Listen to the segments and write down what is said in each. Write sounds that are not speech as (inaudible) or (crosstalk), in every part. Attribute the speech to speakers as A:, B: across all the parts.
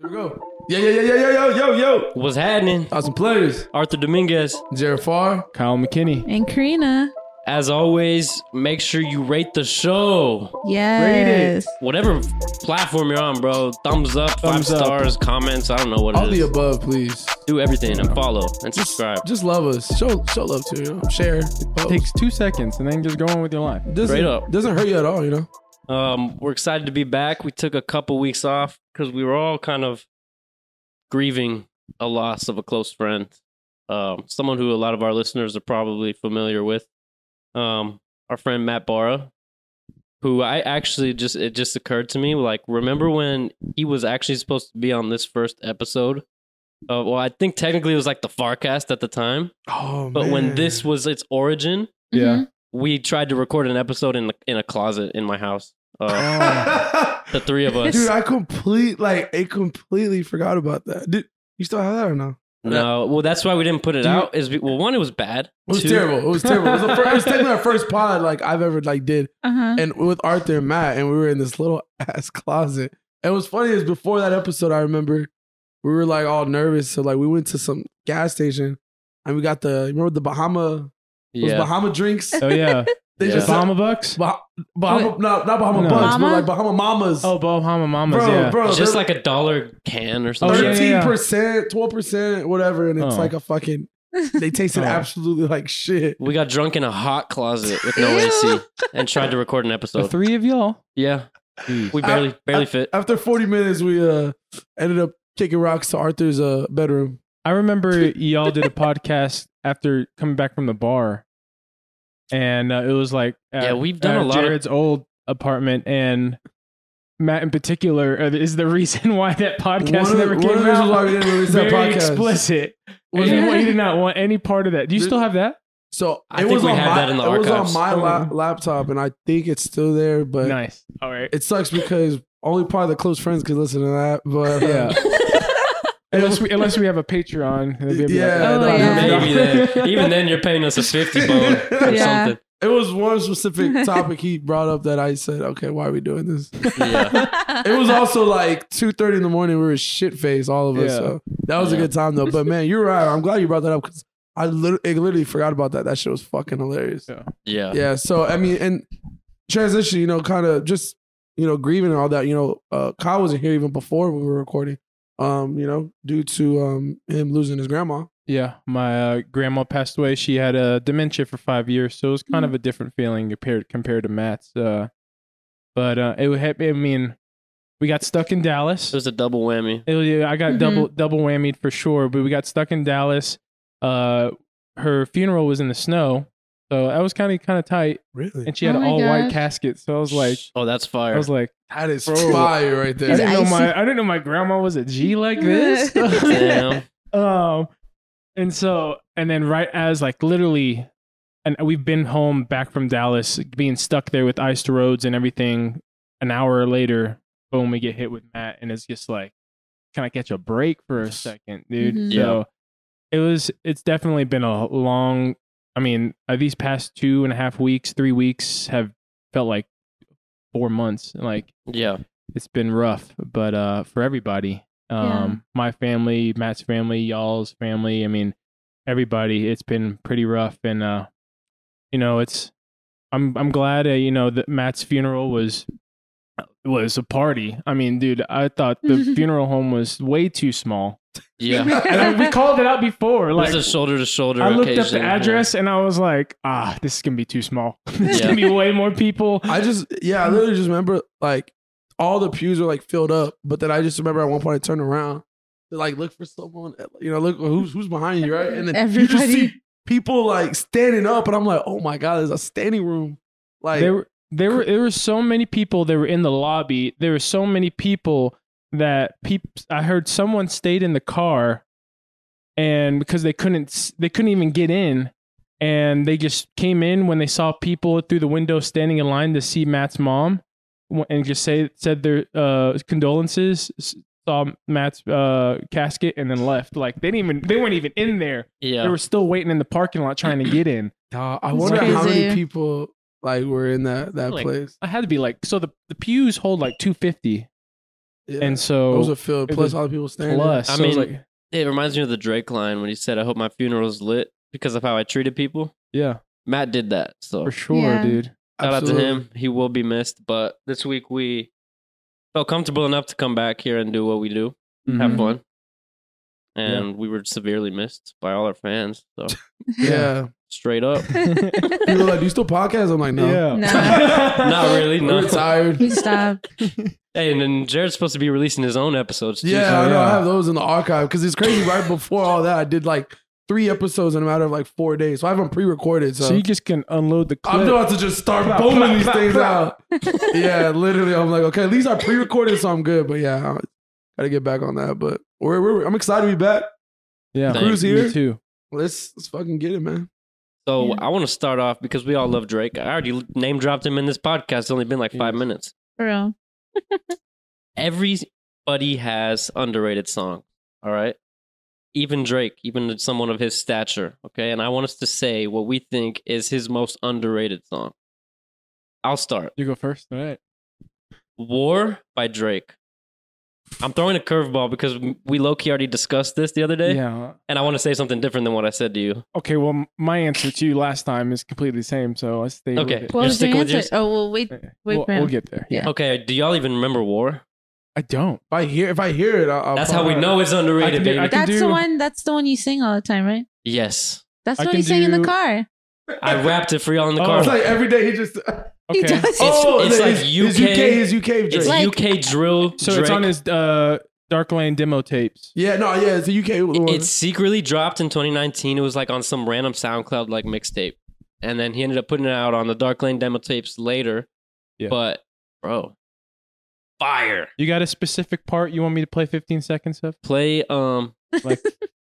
A: we go. Yeah, yeah, yeah, yeah, yeah, yo, yo, yo.
B: What's happening?
A: Awesome players.
B: Arthur Dominguez.
A: Jared Farr.
C: Kyle McKinney.
D: And Karina.
B: As always, make sure you rate the show.
D: Yes.
B: Whatever platform you're on, bro. Thumbs up,
C: Thumbs
B: five
C: up.
B: stars, comments. I don't know what
A: All
B: it
A: the
B: is.
A: above, please.
B: Do everything and follow and subscribe.
A: Just love us. Show show love to you. know? Share. Post.
C: Takes two seconds and then just go on with your life.
A: doesn't,
B: Straight up.
A: Doesn't hurt you at all, you know?
B: Um, we're excited to be back. We took a couple weeks off because we were all kind of grieving a loss of a close friend, um, someone who a lot of our listeners are probably familiar with. Um, our friend Matt Barra, who I actually just it just occurred to me like remember when he was actually supposed to be on this first episode. Uh, well, I think technically it was like the Farcast at the time,
A: Oh,
B: but when
A: man. (laughs)
B: this was its origin,
C: Yeah.
B: we tried to record an episode in the, in a closet in my house.
C: Oh,
B: Uh, the three of
C: (laughs)
B: us.
A: Dude, I complete like I completely forgot about that. Dude, you still have that or no?
B: no, well, that's why we didn't put it
A: Do you-
B: out. Is be- well, one, it was bad.
A: It was
B: Two-
A: terrible. It was terrible. It was, the fir- it
B: (laughs)
A: was technically our first pod like I've ever like did,
D: Uh huh.
A: and with Arthur and Matt, and we were in this little (laughs) ass closet. And what's funny is before that episode, I remember we were like all nervous, so like we went to some gas station, and we got the you remember the Bahama it was
B: Yeah,
A: Bahama drinks. (laughs)
C: Oh yeah.
A: They
B: Yeah.
A: just
C: Bahama Bucks?
A: Bah- Bahama,
D: Wait.
A: no, not Bahama
C: No.
A: Bucks, but
D: Mama?
A: like Bahama Mamas.
C: Oh, Bahama Mamas.
A: bro,
C: yeah.
A: bro,
B: just
A: they're-
B: like a dollar can or
C: Oh,
B: something.
C: yeah, yeah,
A: thirteen
C: yeah.
A: percent, twelve percent, whatever, and it's
C: Oh.
A: like a fucking. They tasted
C: Oh.
A: absolutely like shit.
B: We got drunk in a hot closet with no
D: Ew.
C: (laughs)
B: AC and tried to record an
C: The
B: episode.
C: three of y'all.
B: Yeah,
C: Jeez.
B: we barely barely
A: I-
B: fit.
A: After forty minutes, we uh ended up kicking rocks to Arthur's uh bedroom.
C: I remember y'all did a podcast after coming back from the bar, and uh, it was like at,
B: Yeah, we've done a
C: at
B: lot of-
C: Jared's old apartment, and Matt in particular uh, is the reason (laughs) why that podcast
A: One of-
C: never
A: one
C: came
A: of the reasons
C: out.
A: why we didn't release that
C: Very
A: podcast.
C: explicit.
A: Was-
C: he, he did not want any part of that. Do you
A: Did-
C: still have that?
A: So it
B: I think
A: was
B: we
A: on
B: have
A: my,
B: that in the
A: it was on
B: archives.
A: my la-
C: Mhm.
A: laptop, and I think it's still there, but
C: nice. All right.
A: it sucks because only part of the close friends could listen to that. But uh,
C: (laughs) Yeah. unless we unless we have a Patreon, and they'll be
A: Yeah,
C: like,
D: Oh,
C: (laughs)
D: yeah.
B: Maybe then. Even then, you're paying us a fifty bone or
D: Yeah.
B: something.
A: it was one
B: (laughs)
A: specific topic he brought up that I said, "Okay, why are we doing this?"
B: Yeah.
D: (laughs)
A: It was also like two thirty in the morning. We were shit faced, all of us.
C: Yeah.
A: So that was a
B: Yeah.
A: good time though. But man, you're right. I'm glad you brought that up because I literally, literally forgot about that. That shit was fucking hilarious.
C: Yeah.
B: Yeah.
A: yeah so i mean and transition you know kind of just you know grieving and all that you know uh kyle wasn't here even before we were recording um you know due to um him losing his grandma
C: Yeah, my uh, grandma passed away. She had uh, dementia for five years, so it was kind of a different feeling compared compared to Matt's. Uh, but uh, it would hap- I mean, we got stuck in Dallas.
B: It was a double whammy.
C: It was- yeah, I got
D: Mhm.
C: double double whammied for sure. But we got stuck in Dallas. Uh, her funeral was in the snow, so that was kind of kind of tight.
A: really
C: And she had
D: Oh
C: an
D: my
C: all white
D: gosh.
C: casket, so I was like,
B: oh, that's fire.
C: I was like,
A: that is
C: Bro.
A: fire right
C: I
A: there
D: It's
C: didn't know
D: icy.
C: my I didn't know my grandma was a G
D: (laughs)
C: like this. (laughs)
B: Damn.
C: Um, and so, and then right as like literally, and we've been home back from Dallas, being stuck there with iced roads and everything. An hour later, boom, we get hit with Matt, and it's just like, can I catch a break for a second, dude?
D: Mhm.
C: So it was. It's definitely been a long. I mean, uh, these past two and a half weeks, three weeks have felt like four months. Like
B: Yeah.
C: it's been rough, but uh, for everybody, um,
D: Yeah.
C: my family, Matt's family, y'all's family, I mean, everybody, it's been pretty rough, and uh, you know, it's, I'm, I'm glad, uh, you know, that Matt's funeral was, was a party. I mean, dude, I thought the funeral home was way too small,
B: Yeah.
C: and I-
D: (laughs)
C: we called it out before,
B: It
C: like.
B: was a shoulder to shoulder.
C: I looked up the address and I was like, ah, this is gonna be too small. (laughs) this is
B: Yeah.
C: gonna be way more people.
A: i just yeah i literally just remember like all the pews were like filled up but then i just remember at one point i turned around to like look for someone you know look who's who's behind you right and then you just see
D: Everybody.
A: people like standing up and i'm like oh my god there's a standing room like
C: there were there were there were so many people that were in the lobby. There were so many people that peep I heard someone stayed in the car, and because they couldn't s- they couldn't even get in, and they just came in when they saw people through the window standing in line to see Matt's mom, w- and just say said their uh, condolences. s- Saw Matt's uh, casket and then left. Like they didn't even they weren't even in there. They
B: Yeah.
C: were still waiting in the parking lot trying to get in.
A: Dawg, I
D: It's
A: wonder how many
D: crazy.
A: people like were in that that
C: Like,
A: place.
C: I had to be like, so the, the pews hold like 250.
A: Yeah.
C: and so
A: those are filled.
C: it
A: Plus
C: was
A: all the people standing.
C: plus.
B: I
C: so it's
B: mean-
C: like,
B: It reminds me of the Drake line when he said, "I hope my funeral's lit because of how I treated people."
C: yeah,
B: Matt did that, so
C: for sure,
D: Yeah.
C: dude.
B: Shout out to
A: Absolutely.
B: him. He will be missed, but this week we felt comfortable enough to come back here and do what we do, have
D: Mhm.
B: fun. And we were severely missed by all our fans. So
A: Yeah.
B: straight up.
A: People
D: (laughs)
A: are like, do you still podcast? I'm like, no.
C: (laughs) Yeah.
D: No.
B: Not really,
A: We're
B: no.
D: (laughs)
A: tired.
D: You stop.
B: Hey, and then Jared's supposed to be releasing his own episodes too.
A: (laughs) Yeah,
C: Oh,
A: I know. I
C: yeah.
A: have those in the archive because it's crazy. Right before all that, I did like three episodes in a matter of like four days. So I have them pre-recorded. So,
C: So you just can unload the clip.
A: I'm about to just start
C: Plop,
A: booming
C: plop,
A: these
C: plop,
A: things
C: plop.
A: out. yeah, literally. I'm like, okay, at least I pre-recorded, so I'm good. But yeah, I gotta get back on that. But we're, we're I'm excited to be back.
C: yeah,
B: Thank
A: Crew's
C: me
A: here.
C: too.
A: Let's let's fucking get it, man.
B: So
D: Yeah.
B: I want to start off because we all love Drake. I already name dropped him in this podcast. It's only been like five minutes.
D: For real.
B: Everybody has underrated song. All right. Even Drake, even someone of his stature. Okay. And I want us to say what we think is his most underrated song. I'll start.
C: You go first. All right.
B: War by Drake. I'm throwing a curveball because we low key already discussed this the other day.
C: Yeah.
B: And I want to say something different than what I said to you.
C: Okay. Well, m- my answer to you last time is completely the same, so I stay.
B: Okay.
C: With it.
D: What was your
B: sticking with
D: answer?
B: yours?
D: Oh, well, wait.
C: Yeah.
D: Wait
C: we'll,
D: for him.
C: we'll get there.
D: Yeah.
B: Okay. Do y'all even remember War?
C: I don't.
A: If I hear if I hear it, I'll, I'll
B: That's how we
A: probably-
B: know it's
C: Uh, I
B: underrated,
C: can do-
B: baby.
C: I can-
D: That's
C: do-
D: the one. That's the one you sing all the time, right?
B: yes.
D: That's
C: I
D: the one
C: can
D: you sang in
C: do-
D: the car.
A: (laughs)
B: I wrapped it for y'all in the
C: Oh,
B: car.
A: It's like every day he just.
D: (laughs) He
C: Okay.
D: does.
A: (laughs) oh,
B: it's like
A: his
B: UK
A: UK is UK Drake.
B: It's
D: Like-
B: UK drill.
C: So
B: Drake.
C: it's on his uh, Dark Lane demo tapes.
A: yeah, no, yeah, it's a UK one.
B: It secretly dropped in 2019. It was like on some random SoundCloud like mixtape, and then he ended up putting it out on the Dark Lane demo tapes later.
C: Yeah.
B: But bro, fire!
C: You got a specific part you want me to play 15 seconds
D: (laughs)
C: of?
B: Play um,
C: Like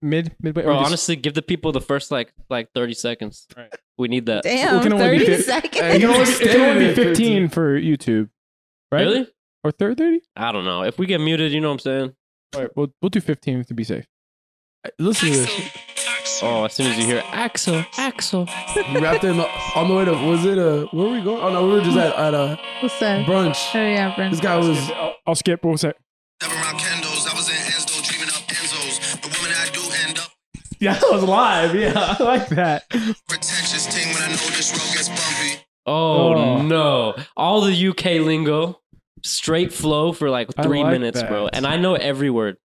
C: mid midway? or
B: bro.
C: just-
B: honestly, give the people the first like like 30 seconds.
C: Right.
B: We need that.
D: Damn,
C: We can only do
D: thirty
C: fif-
D: seconds.
A: Hey, you
D: (laughs)
A: know what?
C: It's gonna (laughs) only be
A: Standard
C: 15 for YouTube, right?
B: Really?
C: Or 30?
B: I don't know. If we get muted, you know what I'm saying.
C: All right, we'll, we'll do 15 to be safe.
A: Listen to this.
B: Oh, as soon as you hear Axel, Axel,
A: He wrapped it in the, on the way to was it a where were we going? Oh no, we were just at at a
D: What's that? Oh
A: brunch.
D: yeah, Brent.
A: This guy
B: (laughs)
A: was
C: I'll, I'll skip. What was that?
E: Never around candles, I was in Enzo, dreaming up Enzo's. The woman I do end up
C: Yeah, that was live. Yeah, I like that.
E: pretentious ting when I know this road gets bumpy.
B: Oh,
C: Oh.
B: no. All the UK lingo, straight flow for like
C: I
B: three
C: like
B: minutes,
C: that.
B: bro. And I know every word.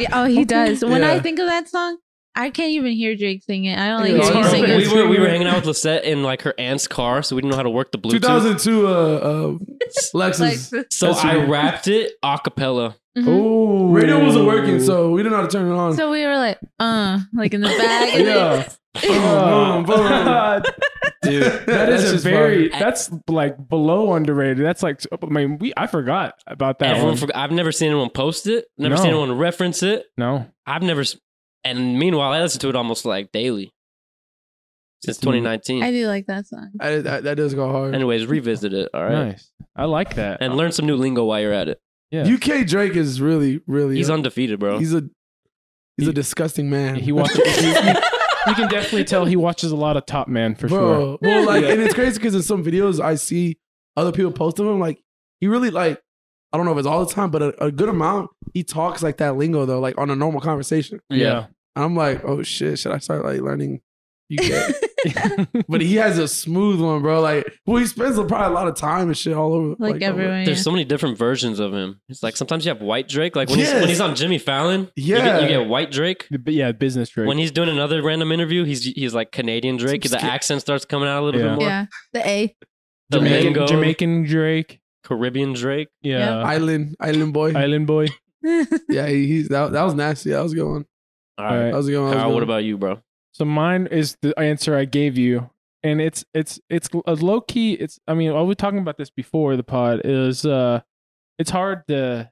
D: Yeah, oh, he does. When I
A: Yeah.
D: think of that song, I can't even hear Drake sing it. I only
A: Yeah,
D: hear you
A: it's
D: sing
A: horrible.
D: it.
B: we were we were hanging out with Lisette in like her aunt's car, so we didn't know how to work the Bluetooth.
A: 2002 uh, uh
D: Like,
A: Lexus.
B: So
A: That's
B: I
A: weird.
B: rapped it a cappella.
D: mhm.
C: Oh,
A: Radio wasn't working, so we didn't know how to turn it on.
D: so we were like, uh, like in the back.
C: (laughs)
D: and then-
A: (laughs) Boom, boom, boom.
C: Dude, (laughs) that
A: That's
C: is a
A: just
C: very
B: fire.
C: that's like below underrated. That's like I mean we I forgot about that
B: Everyone
C: one.
B: forgot, I've never seen anyone post it, never
C: No.
B: seen anyone reference it.
C: no,
B: I've never s- and meanwhile I listen to it almost like daily. Since
C: It's-
B: 2019.
D: I do like that song.
A: I, that, that does go hard.
B: Anyways, revisit it, all right?
C: nice. I like that.
B: And learn some new lingo while you're at it.
C: yeah.
A: UK Drake is really, really.
B: He's undefeated, bro.
A: He's a he's
C: He-
A: a disgusting man.
C: he watches. he-
A: (laughs)
C: he- (laughs) you can definitely tell he watches a lot of Top Man for
A: bro.
C: sure.
A: Well, like, and it's crazy because in some videos I see other people post of him. Like, he really like. I don't know if it's all the time, but a, a good amount. He talks like that lingo though, like on a normal conversation.
B: yeah.
A: I'm like, oh shit, should I start like
C: (laughs)
A: learning UK? but he has a smooth one, bro. Like, well, he spends a- probably a lot of time and shit all over.
D: Like,
A: over-
D: everyone.
B: There's
D: yeah.
B: so many different versions of him. It's like sometimes you have white Drake, like when, he's,
A: Yes.
B: when he's on Jimmy Fallon. you get-
A: Yeah.
B: you get, white Drake.
C: The- but yeah, business trade.
B: When he's doing another random interview, he's he's like Canadian Drake. The accent starts coming out a little
C: Yeah.
B: bit more.
D: yeah, the A.
B: The
C: Jamaican,
B: lingo,
C: Jamaican Drake.
B: Caribbean Drake.
C: Yeah.
A: Island, Island boy.
C: Uh-huh. Island boy.
A: yeah, he, he's that, that was nasty. That was a good one.
B: All
C: All
B: right,
C: right.
A: That was a good one. That was a
B: Kyle,
A: good
B: what
A: one.
B: about you, bro?
C: So mine is the answer I gave you, and it's it's it's a low key. It's I mean, I was talking about this before the pod. Is uh, it's hard to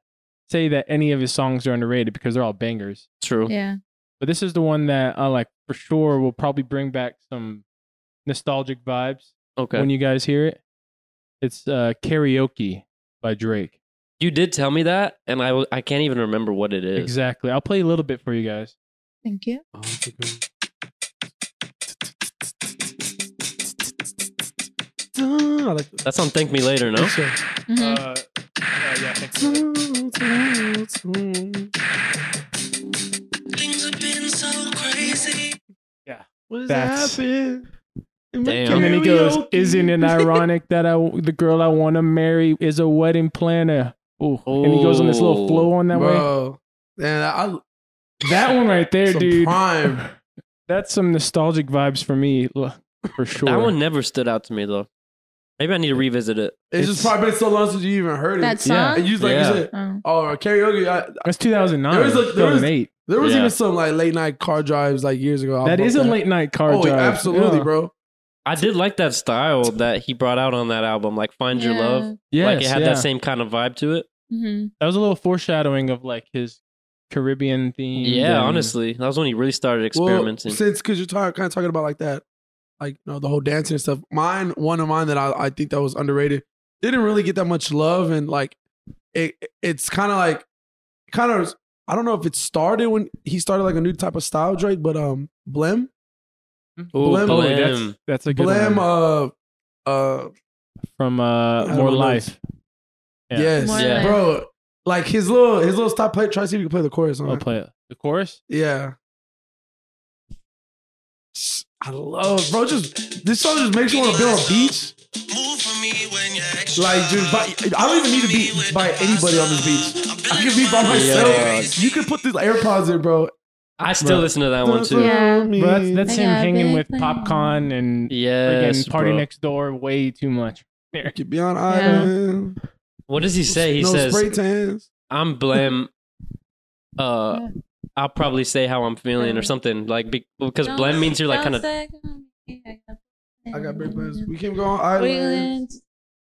C: say that any of his songs are underrated because they're all bangers.
B: True.
D: (laughs) Yeah,
C: But this is the one that I like for sure will probably bring back some nostalgic vibes
B: Okay.
C: when
B: you,
C: you guys hear it. It's uh, karaoke by Drake.
B: did tell me that, and I w- I can't even remember what it is.
C: Exactly. I'll play a little bit for you guys.
D: thank you.
A: Oh, that's a good one. Ah, I like
C: Ah,
B: That's on Thank Me Later, no?
A: Sure.
D: Mhm.
C: Uh,
F: yeah, yeah. I think so.
E: Things have been so crazy.
A: What's
C: That's-
A: happening?
B: Damn.
C: And then he goes, "Isn't it ironic that I, the girl I want to marry is a wedding planner?" Ooh. and he goes on this little
B: Oh.
C: flow on that way.
A: Bro, man, I,
C: That one right there,
A: some
C: dude.
A: prime.
C: (laughs) That's some nostalgic vibes for me, l- for sure.
B: That one never stood out to me though. Maybe I need to revisit it.
A: It's,
C: It's-
A: just probably been so long since you even heard it.
D: That
C: Yeah.
D: song?
A: And you like
B: Yeah.
A: you said,
D: Oh.
A: oh karaoke. I,
C: That's 2009.
A: There was a- there was-
C: 2008.
A: there was
B: Yeah.
A: even some like late night car drives like years ago.
C: that is a late night car
A: oh, yeah,
C: drive.
A: absolutely,
C: yeah.
A: bro.
B: I did like that style that he brought out on that album, like Find Your Love.
C: Yes,
B: like it had
C: yeah.
B: that same kind of vibe to it.
D: hmm
C: That was a little foreshadowing of like his Caribbean theme.
B: Yeah,
C: and-
B: honestly, that was when he really started
A: Well,
B: experimenting.
A: since because you're talking kind of talking about like that, like you know the whole dancing and stuff. Mine, one of mine that I, I think that was underrated, didn't really get that much love, and like it, it's kind of like, kind of I don't know if it started when he started like a new type of style Drake, but um Blim,
B: Ooh,
A: Blem-
C: Oh,
A: Oh,
B: Blem.
C: that's, that's a good
A: Blim,
C: one.
A: uh, uh,
C: from uh,
A: don't
C: More
A: know.
C: Life. Yeah.
A: yes,
D: More
B: Yeah.
D: like-
A: bro, like his little his little style. Play, try to see if you can play the chorus on
C: I'll
A: it.
C: Oh, play it. The chorus.
A: Yeah. I love, bro. Just this song just makes you want to build a beach.
E: Move for me when you're extra.
A: Like, dude, by, I don't even need to be by anybody on this beach. I can be by myself.
B: Yeah.
A: You can put these AirPods in, bro.
B: I still
C: Bro.
B: listen to that one too.
D: Yeah.
C: But that's, that's
D: I
C: him
D: got a
C: hanging
D: big
C: with
D: plan.
C: Popcorn and
B: Yes,
C: friggin' Party
B: bro.
C: Next Door way
B: (laughs)
C: too much.
A: You can be on island.
B: What does he say? He
A: no
B: says,
A: spray tans.
B: "I'm
D: (laughs)
B: Blem." Uh,
D: Yeah.
B: I'll probably say how I'm feeling or something like be- because
D: Don't-
B: Blem means you're like kind
D: don't
B: of
D: say- Yeah, yeah.
A: I got big plans. We can go on island.
D: Wayland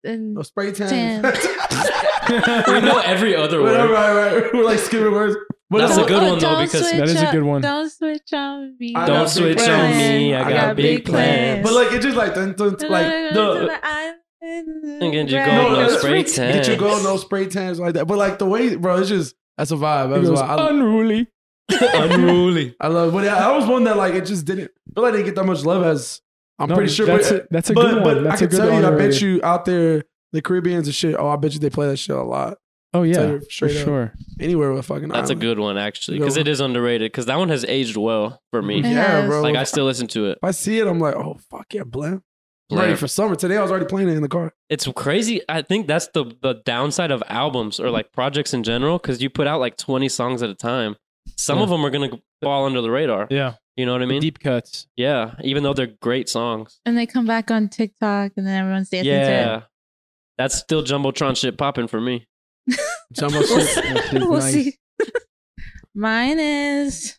D: and
A: No spray tans. (laughs)
D: Tan.
C: (laughs)
B: we know every other
A: Wait, all
B: word.
A: right, all right. We're like skipping words. But
B: That's
A: no,
B: a good one, though,
D: Oh, don't
B: because-
D: switch
C: That is a good one.
D: Don't switch on me.
A: I
B: Don't
A: got big
B: switch on
A: plans.
B: me. I, got, big plans.
A: But like, it just like, dun, dun,
D: No, no,
A: like
D: no, no,
A: the.
D: to the island.
B: Thinking you
D: Right.
B: go,
A: No,
B: no
A: that's-
B: spray
A: Get your
B: tan.
A: gold, no spray tans like that. But like the way, bro, it's just that's a vibe. That's
C: He goes,
A: why I,
C: unruly.
B: Unruly.
A: I love. But yeah, I was one that like it just didn't feel like they get that much love as I'm
C: No,
A: pretty sure.
C: That's
A: but
C: a, that's a
A: but,
C: good
A: but
C: one. That's
A: I
C: a
A: can
C: good
A: tell
C: one.
A: you, I
C: already.
A: bet you out there the Caribbeans and shit. Oh, I bet you they play that shit a lot.
C: Oh
A: Tell
C: yeah,
A: you
C: for
A: straight up.
C: sure.
A: Anywhere with fucking.
B: That's a
A: island.
B: good one actually
A: Good
B: because
A: one.
B: it is underrated because that one has aged well for me.
D: It
A: Yeah,
D: has.
A: bro.
B: Like I
A: if
B: still listen to it.
A: I see it, I'm like, oh fuck yeah, blam. I'm Ready
B: Blam.
A: for summer today. I was already playing it in the car.
B: It's crazy. I think that's the the downside of albums or like projects in general because you put out like 20 songs at a time. Some
C: Yeah.
B: of them are gonna fall under the radar.
C: Yeah,
B: You know what I
C: the
B: mean?
C: deep cuts.
B: yeah, even though they're great songs.
D: And they come back on TikTok and then everyone's dancing to it.
B: Yeah, that's still jumbotron shit popping for me.
D: (laughs)
A: Jumbo
D: We'll
A: shit.
D: see.
C: That shit's
D: we'll
C: nice. (laughs)
D: see. (laughs) Mine is.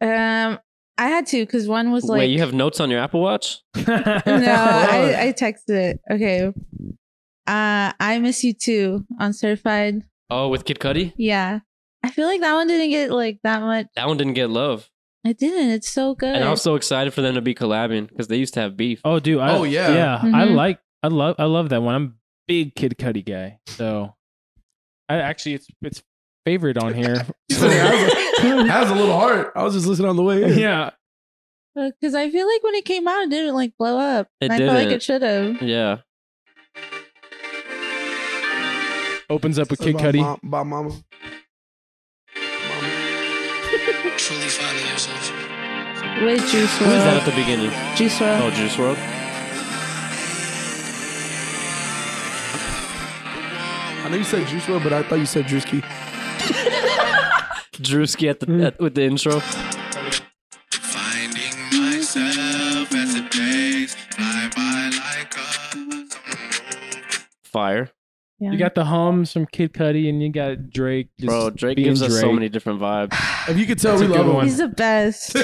D: Um, I had to because one was like.
B: Wait, you have notes on your Apple Watch?
D: (laughs)
C: (laughs)
D: (laughs)
B: (laughs)
D: no, I, I texted it. Okay. Uh, I miss you too on certified.
B: Oh, with Kid Cudi.
D: Yeah, I feel like that one didn't get like that much.
B: That one didn't get love,
D: It didn't. It's so good.
B: and I was so excited for them to be collabing because they used to have beef.
C: Oh, dude. I,
A: Oh, yeah.
C: yeah. I
D: Mhm.
C: like. I love. I love that one. I'm a big Kid Cudi guy. So, I actually it's it's favorite
A: (laughs)
C: on here.
B: (laughs)
D: (laughs)
A: Has a little heart. I was just listening on the way. in.
C: yeah.
D: because Uh, I feel like when it came out, it didn't like blow up.
B: It
D: and I feel like
B: didn't.
D: it should have.
B: Yeah,
C: Opens up with Kid
A: By
C: Cudi.
A: mom- By mama. Mama.
E: Truly finding yourself.
D: With Juice
B: who is that at
D: WRLD.
B: the beginning?
D: Juice
B: Oh,
D: WRLD.
B: Juice World.
A: I know you said Juice WRLD, but I thought you said Juice Key.
B: Drewski at
C: Hmm.
B: the at, with the intro.
E: Finding myself as the days fly by like a
B: Fire,
D: Yeah.
C: You got the hums from Kid Cudi, and you got Drake. just
B: bro. Drake
C: being
B: gives us so
C: Drake.
B: many different vibes.
A: If you could tell,
C: That's
A: we
C: a
A: love
C: good
A: him.
C: one.
D: He's
B: (laughs)
D: the best.
A: (laughs)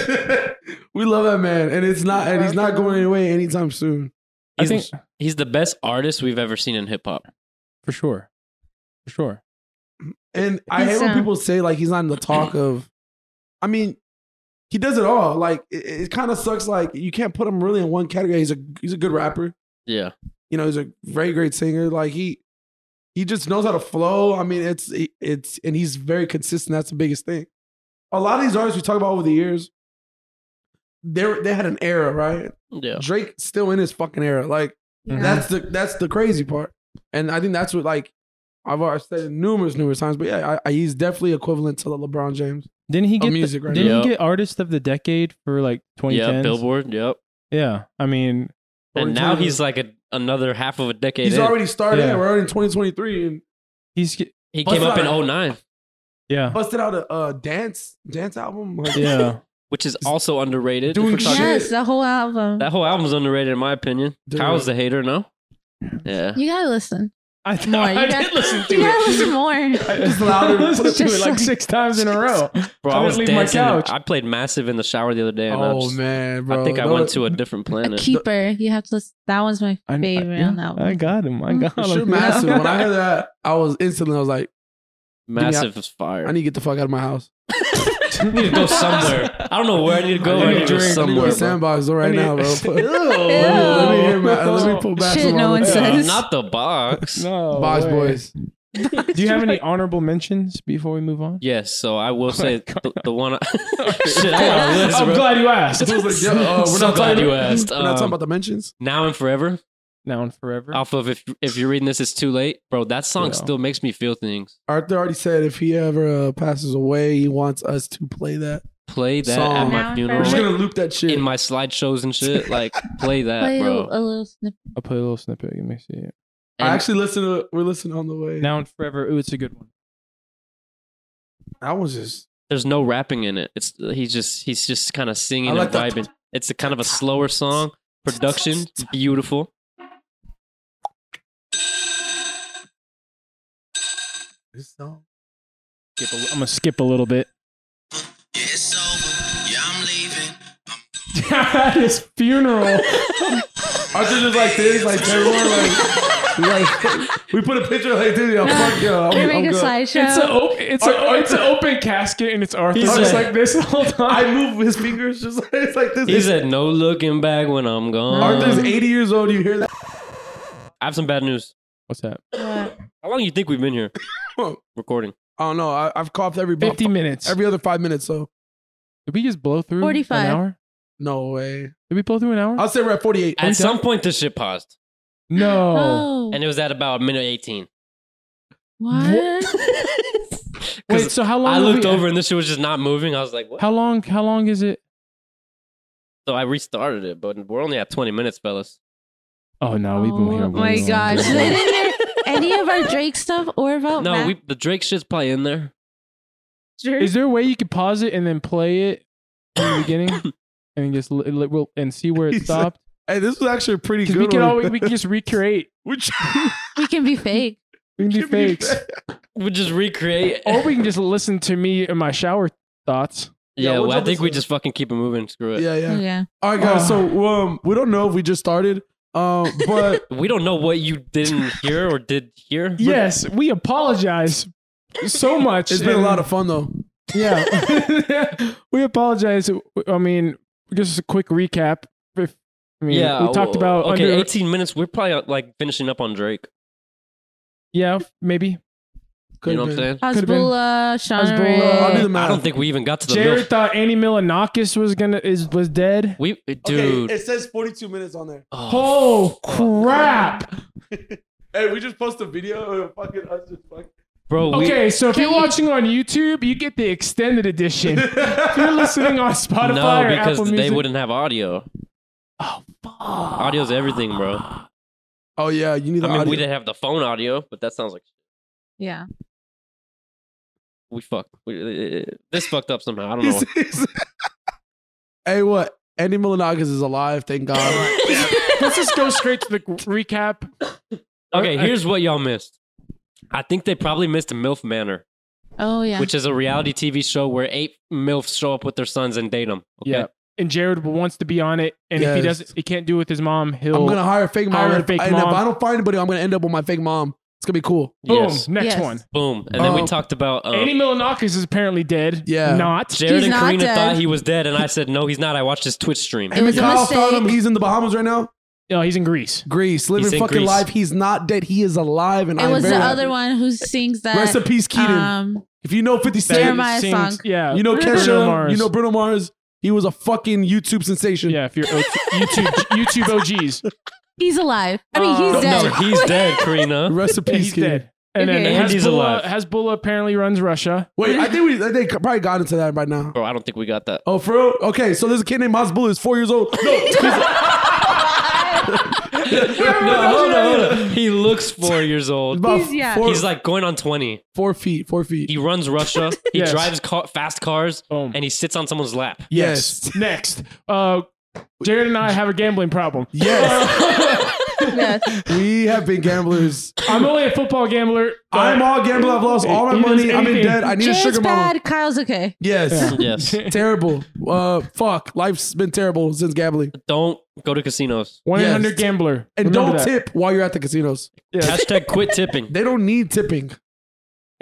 A: we love that man, and it's not, and he's not going away anytime soon.
C: I
B: He's,
C: think
B: he's the best artist we've ever seen in hip hop.
C: for sure, for sure.
A: And I
D: He's
A: hate when
D: sound.
A: people say like he's not in the talk of. I mean, he does it all. Like it, it kind of sucks. Like you can't put him really in one category. He's a he's a good rapper.
B: Yeah,
A: You know, he's a very great singer. Like he he just knows how to flow. I mean, it's it's and he's very consistent. That's the biggest thing. A lot of these artists we talk about over the years, they were- they had an era, right?
B: yeah.
A: Drake still in his fucking era. Like
D: Yeah.
B: Mm-hmm.
A: That's the that's the crazy part. And I think that's what like I've already said it numerous, numerous times. But yeah, I, I, he's definitely equivalent to the LeBron James.
C: Didn't he
D: Oh,
A: of
C: get the-
A: music right
C: Didn't
B: now.
C: he get artist of the decade for like 2010?
B: Yeah, Billboard. Yep.
C: Yeah, I mean,
B: And now
A: 2010.
B: he's like a, another half of a decade.
A: He's
B: in.
A: already started.
C: Yeah.
A: We're already in 2023 and
C: he's ge-
B: he
A: What's
B: came up in
A: that?
B: 09,
C: yeah,
A: busted out a uh, dance dance album. Like,
D: (laughs)
C: yeah.
B: which is also underrated.
A: Doing
B: If we're talking-
A: shit.
D: yes, the whole album.
B: That whole album's underrated in my opinion.
A: Dude.
B: Kyle's the hater, no? Yeah.
D: you
B: (laughs)
D: gotta listen.
C: I
D: More. You
C: I
D: got-
C: did listen to
D: You
C: it.
D: gotta (laughs) listen more.
C: I just
A: louder.
C: listened to it
D: Just
C: like
D: like-
C: six times in a row.
B: Bro,
C: I
B: I
C: didn't
B: was
C: leave my
B: dancing.
C: couch.
B: I played massive in the shower the other day, and I,
A: Oh
B: just-
A: man, bro.
B: I think I
A: No,
B: went to a different
D: A
B: planet.
D: keeper. You have to listen. That one's my
C: I- I-
D: favorite
C: yeah,
D: on that one. Mm.
C: I got him. I got
A: for
C: him.
B: (laughs)
A: Sure, massive. when
C: (laughs)
A: I (laughs) heard that, I was instantly. I was like,
B: Massive is fire.
A: I need to get the fuck out of my house.
B: I need to go somewhere. I don't know where I need to go.
C: I
B: I
C: need
B: need,
C: a
B: to go
C: drink.
A: I'm
C: Somewhere,
A: going
B: somewhere.
A: to
C: bro.
A: sandbox right
C: need-
A: now,
B: (laughs)
A: bro. Put-
C: Ew.
A: let me hear, my- Let me pull back.
D: Shit,
A: some
D: no
A: of
D: one
A: my-
D: said.
B: bro.
D: Says-
B: Not the box.
C: (laughs) No
A: Box
C: way.
A: boys.
C: Do you have any honorable mentions before we move on?
B: Yes, so I will say
C: God.
B: the, the one. I, (laughs) shit, I got a list,
C: I'm
B: bro.
C: glad you asked.
A: It was like, yo, uh, we're
B: so
A: not
B: glad
A: talking-
B: you asked.
A: We're not talking
B: Um,
A: about the mentions.
B: now and forever,
C: Now and forever.
B: off of if if you're reading this, it's too late, bro. That song
C: Yeah.
B: still makes me feel things.
A: Arthur already said if he ever uh, passes away, he wants us to play that.
B: Play that
A: Song.
B: at
D: Now
B: my
A: We're
D: and
B: funeral,
A: just
D: forever.
A: gonna loop that shit.
B: in my slideshows and
A: (laughs)
B: shit. Like play that,
D: Play a
B: bro.
D: little- a little snippet.
C: I'll play a little snippet. Let me see it.
A: I
B: And-
A: actually listened to. We're listening on the way.
C: Now and forever. Ooh, it's a good one.
A: I was just.
B: there's no rapping in it. It's he's just he's just kind of
A: I
B: singing
A: like
B: and
A: that.
B: vibing. It's a kind of a slower song.
A: (laughs)
B: Production beautiful.
A: This song.
C: Skip a li- I'm gonna skip a little bit.
E: Yeah, it's over. Yeah, I'm leaving.
C: At his funeral.
A: Arthur just like this,
B: (laughs)
A: like everyone, like, we, like we put a picture like this. Yo, fuck yo, I'm,
D: Can we
A: I'm
D: make a
A: good.
C: It's a
D: slideshow?
C: op- it's a
A: Ar-
C: it's an open casket and it's Arthur
A: He's
C: just
A: like-
C: like this the whole time.
A: I move his fingers just like it's like this.
B: He said, "No looking back when I'm gone."
A: Arthur's 80 years old. You hear that?
B: I have some bad news.
C: What's that?
D: What?
B: How long do you think we've been
A: (laughs)
B: here
A: I
B: recording?
A: don't know. I, I've coughed every about
C: Fifty minutes.
A: every other five minutes. So
C: Did we just blow through
D: 45.
C: an hour?
A: no way.
C: Did we blow through an hour?
A: I'll say we're at 48.
B: At some point, this shit paused,
C: no.
D: Oh,
B: and it was at about minute 18.
D: what?
A: (laughs)
B: 'Cause
C: Wait. So how long?
B: I
C: have
B: looked
C: we-
B: over and this shit was just not moving. I was like, "What?"
C: How long? How long is it?
B: So I restarted it, but we're only at 20 minutes, fellas.
C: Oh no, we've been here.
D: Oh
C: way
D: my
C: longer.
D: gosh.
A: (laughs)
D: They didn't hear any of our Drake stuff or
C: Oh,
D: about
B: no,
D: Mac
B: we, the Drake shit's probably in there.
D: Drake.
C: Is there a way you could pause it and then play it from the
A: (coughs)
C: beginning and just li- li- we'll- and see where it
A: He's
C: stopped?
A: Hey, this was actually a pretty
C: Because
A: good
C: we can
A: one. (laughs)
C: always we can just recreate.
A: we
C: (laughs)
A: ch-
D: we can be fake.
C: We can
A: (laughs)
C: do
A: give me
C: fakes,
A: that.
B: We just
C: (laughs)
B: recreate.
C: or we can just listen to me and my shower thoughts.
A: Yeah,
B: yeah,
A: we'll
B: well, I
A: jump
B: think we
A: into-
B: just fucking keep it moving. Screw it.
A: Yeah,
D: Yeah.
A: yeah. All right, guys. So um, we don't know if we just started, um, (laughs) but
B: We don't know what you
C: (laughs)
B: didn't hear or did hear.
C: Yes, we apologize
A: (laughs)
C: so much.
A: it's been a
C: and-
A: lot of fun though.
C: (laughs) yeah. (laughs) we apologize. I mean, just a quick recap. If, I mean,
B: yeah,
C: we
B: well,
C: talked about
B: okay,
C: under,
B: eighteen minutes. We're probably uh, like finishing up on Drake.
C: yeah, maybe
A: Could've
B: you know what
A: been.
B: I'm saying?
C: Could've been.
D: Hasbullah, Sean
C: Hasbullah.
A: I'll do
D: Ray.
A: the math.
B: I don't think we even got to the
C: Jared
B: milf.
C: thought Annie Milanakis was gonna is was dead.
B: We dude.
A: Okay, it says 42 minutes on there.
B: oh,
C: Oh crap!
A: Hey, we just post a video of fucking us just fucking.
B: bro. We,
C: Okay, so if
D: Can
C: you're
D: you-
C: watching on YouTube, you get the extended
A: (laughs)
C: edition. if you're listening on Spotify
B: no,
C: or
B: because
C: Apple
B: they
C: Music,
B: wouldn't have audio. Audio's everything, bro. I
A: Oh yeah, you need the
B: mean, we
A: audio.
B: didn't have the phone audio, but that sounds like
D: Yeah.
B: we fucked. We, uh, this fucked up somehow. I don't know.
A: He's- he's- (laughs) hey, what? Andy Milanakis is alive. Thank God.
C: Let's just go straight to the recap.
B: Okay, here's what y'all missed. I think they probably missed MILF Manor,
D: Oh yeah.
B: which is a reality TV show where eight MILFs show up with their sons and date them. Okay?
C: Yeah. And Jared wants to be on it, and if he
A: Yes.
C: doesn't, he can't do it with his mom. He'll
A: I'm gonna hire a fake mom.
C: Hire a
A: and if-
C: fake
A: and
C: mom.
A: if I don't find anybody, I'm gonna end up with my fake mom. It's gonna be cool.
C: boom.
B: Yes.
C: Next
D: Yes.
C: one.
B: Boom. And then we
A: Um,
B: talked about um,
C: Annie Milanakis is apparently dead.
A: Yeah.
C: Not.
B: Jared
D: He's
B: and
D: not
B: Karina
D: dead.
B: thought he was dead, and I said, no, he's not. I watched his Twitch stream.
D: It was a
A: Kyle found him.
D: mistake.
A: He's in the Bahamas right now.
C: No, Oh, he's in Greece.
A: Greece, living
B: in
A: fucking
B: Greece.
A: life. He's not dead. He is alive, and
D: It
A: I'm
D: was
A: very
D: the
A: happy.
D: other one who sings
A: Rest in
D: that
A: peace, Keaton.
D: um
A: if you know 50 Cent,
D: Jeremiah
C: Sings-
D: song.
C: Yeah.
A: you know
D: Bruno
A: Kesha,
C: Mars.
A: you know Bruno Mars. He was a fucking YouTube sensation. (laughs)
C: Yeah, if you're O- YouTube YouTube OGs.
F: He's alive. I mean,
C: Uh,
F: he's
B: No,
F: dead. (laughs)
B: he's dead, Karina. (laughs)
C: (laughs)
A: Recipe
C: He's dead. And
D: Okay.
C: then
B: And he's
C: Hezbollah,
B: alive.
C: Hezbollah apparently
A: (laughs)
C: runs Russia.
A: Wait, I think we I think I probably got into that by now.
B: Bro, I don't think we got that.
A: Oh, for real? Okay, so there's a kid named Hasbullah. He's four years old. No,
B: No, (laughs) hold on, hold on. He looks four years old.
A: about
D: He's- yeah.
A: four,
B: He's like going on 20.
A: four feet, four feet.
B: He runs (laughs) Russia. He
C: Yes.
B: drives car- fast cars
C: Boom.
B: and he sits on someone's lap.
A: Yes. (laughs)
C: Next. Uh, Jared and I have a gambling problem.
A: Yes.
D: Yes. (laughs)
A: we have been gamblers.
C: I'm only a football gambler.
A: I'm all gambler. I've lost all my
C: He does
A: money. I'm in
C: anything.
A: debt. I need a
D: Jared's
A: sugar mama.
D: bad. Kyle's okay.
A: Yes.
B: Yes.
A: terrible. Uh, fuck. Life's been terrible since gambling.
B: Don't go to casinos.
C: 100
A: Yes.
C: gambler.
A: And
C: Remember
A: don't
C: that.
A: tip while you're at the casinos.
C: Yes.
B: Hashtag quit tipping.
A: They don't need tipping.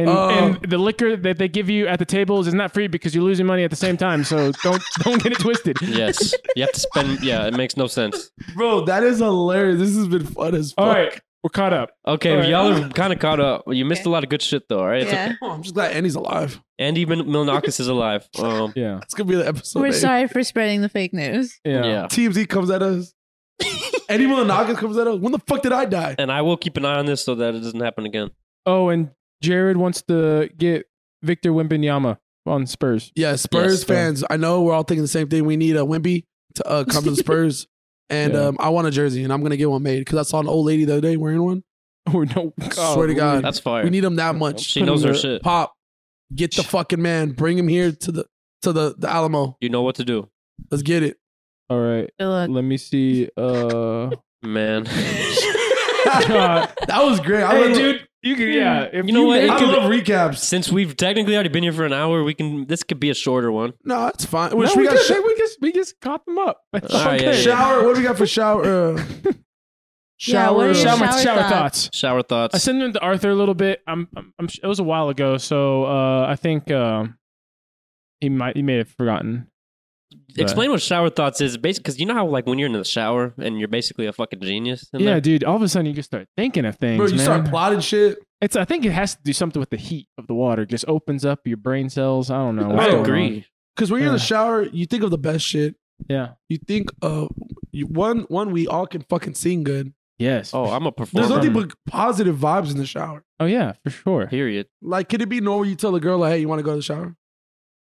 C: And,
A: Uh,
C: and the liquor that they give you at the tables is not free because you're losing money at the same time.
A: (laughs)
C: So don't don't get it twisted.
B: Yes. You have to spend. Yeah, it makes no sense.
A: Bro, that is hilarious. This has been fun as fuck.
C: All right, we're caught up.
B: Okay,
C: All right.
B: y'all are kind of caught up. You missed
D: Okay.
B: a lot of good shit, though, all right? It's
D: Yeah.
A: Oh, I'm just glad Andy's alive.
B: Andy Mil- Milonakis is alive. Um,
C: Yeah,
A: That's gonna be the episode.
D: We're
A: name.
D: sorry for spreading the fake news.
C: yeah.
B: yeah.
A: TMZ comes at
D: (laughs)
A: us. Andy Milonakis comes at us. When the fuck did I die?
B: And I will keep an eye on this so that it doesn't happen again.
C: Oh, and Jared wants to get Victor Wimbenyama on Spurs. (laughs)
A: Yeah, Spurs
B: Yes, bro.
A: fans. I know we're all thinking the same thing. We need a Wimby to uh, come
D: (laughs)
A: to the Spurs. And
C: Yeah.
A: um, I want a jersey, and I'm gonna get one made because I saw an old lady the other day wearing one.
C: Or no,
A: Swear to God.
B: That's fire.
A: We need him that much.
B: she knows her shit.
A: Pop, get the fucking man. Bring him here to the to the, the Alamo.
B: You know what to do,
A: Let's get it.
C: All right,
D: Good
C: (laughs)
D: luck.
C: let me see.
B: (laughs)
C: Uh,
B: man.
C: God.
A: That was great. I
C: hey,
A: love,
C: dude, you can. Yeah, if
B: You know what?
C: make
B: It
A: I
B: could-
C: it-
A: love recaps.
B: Since we've technically already been here for an hour, we can. This could be a shorter one.
A: No, it's fine.
C: No,
A: Which
C: we,
A: we, got
C: just,
A: sh-
C: we just we just caught them up. It's
B: All right, Ah, yeah, yeah.
A: shower. What do we got for shower? Uh,
D: Yeah, what
A: shower.
D: are
A: shower.
C: Shower, shower,
D: your Shower
C: shower
D: thoughts.
C: thoughts.
B: Shower
C: I
B: thoughts.
C: sent them to Arthur a little bit. I'm, I'm, I'm it was a while ago, so uh, I think um, he might he may have forgotten.
B: Explain what shower thoughts is, basically, because you know how like when you're in the shower and you're basically a fucking genius. in
C: yeah,
B: there?
C: dude. All of a sudden, you can start thinking of things.
A: Bro, you
C: man.
A: start plotting shit.
C: It's. I think it has to do something with the heat of the water. It just opens up your brain cells. I don't know. what's
B: I
C: going
B: agree.
A: Because when you're in the
C: Yeah.
A: shower, you think of the best shit.
C: on. Yeah.
A: You think of you, one. One, we all can fucking sing good.
C: Yes.
B: Oh, I'm a
A: There's
B: performer.
A: nothing but positive vibes in the shower.
C: Oh yeah, for sure.
B: Period.
A: Like, could it be normal? You tell a girl like, "Hey, you want to go to the shower?"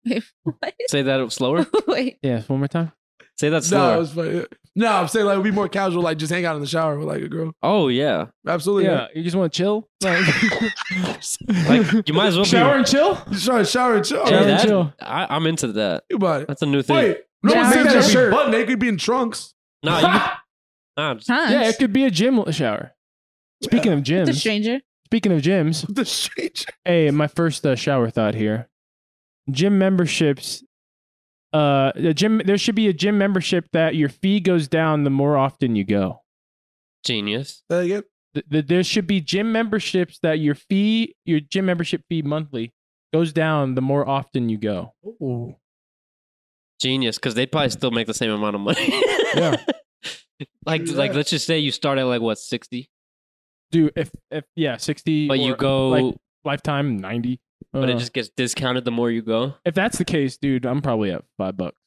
D: Wait, (laughs) what?
B: Say that
D: (laughs)
B: slower.
D: Wait.
C: Yes. One more time.
B: Say that
A: No, it
B: slower.
A: was funny. No, I'm saying like it'd be more casual. Like, just hang out in the shower with like a girl.
B: Oh yeah.
A: Absolutely.
C: yeah. You just want to chill. Like,
B: Like you might as well be.
C: shower and chill.
A: Shower, shower, and chill.
B: Hey,
C: Shower and
B: that-
C: chill.
B: I, I'm into that.
A: Think about it.
B: That's a new thing.
A: Wait, no
D: Yeah,
A: one
D: I
A: thinks
D: heard
A: that
D: that.
A: should be butt naked, be in trunks.
B: Nah, you, nah, I'm just-
C: (laughs)
D: Hans.
C: Yeah, it could be a gym shower. Speaking of
D: The
C: gyms,
D: stranger.
C: speaking of gyms,
A: The (laughs) shit.
C: Hey, my first uh, shower thought here. Gym memberships. Uh, the gym. There should be a gym membership that your fee goes down the more often you go.
B: genius.
A: Say that again.
C: Th- th- there should be gym memberships that your fee, your gym membership fee monthly, goes down the more often you go.
A: Ooh.
B: Genius, because they probably still make the same amount of money.
A: Yeah.
B: (laughs) like,
A: Do
B: like
A: that.
B: let's just say you start at like what sixty,
C: Dude, if if yeah, sixty.
B: but you
C: or
B: go,
C: like lifetime ninety.
B: but
C: Uh,
B: it just gets discounted the more you go.
C: if that's the case, dude, I'm probably at five bucks.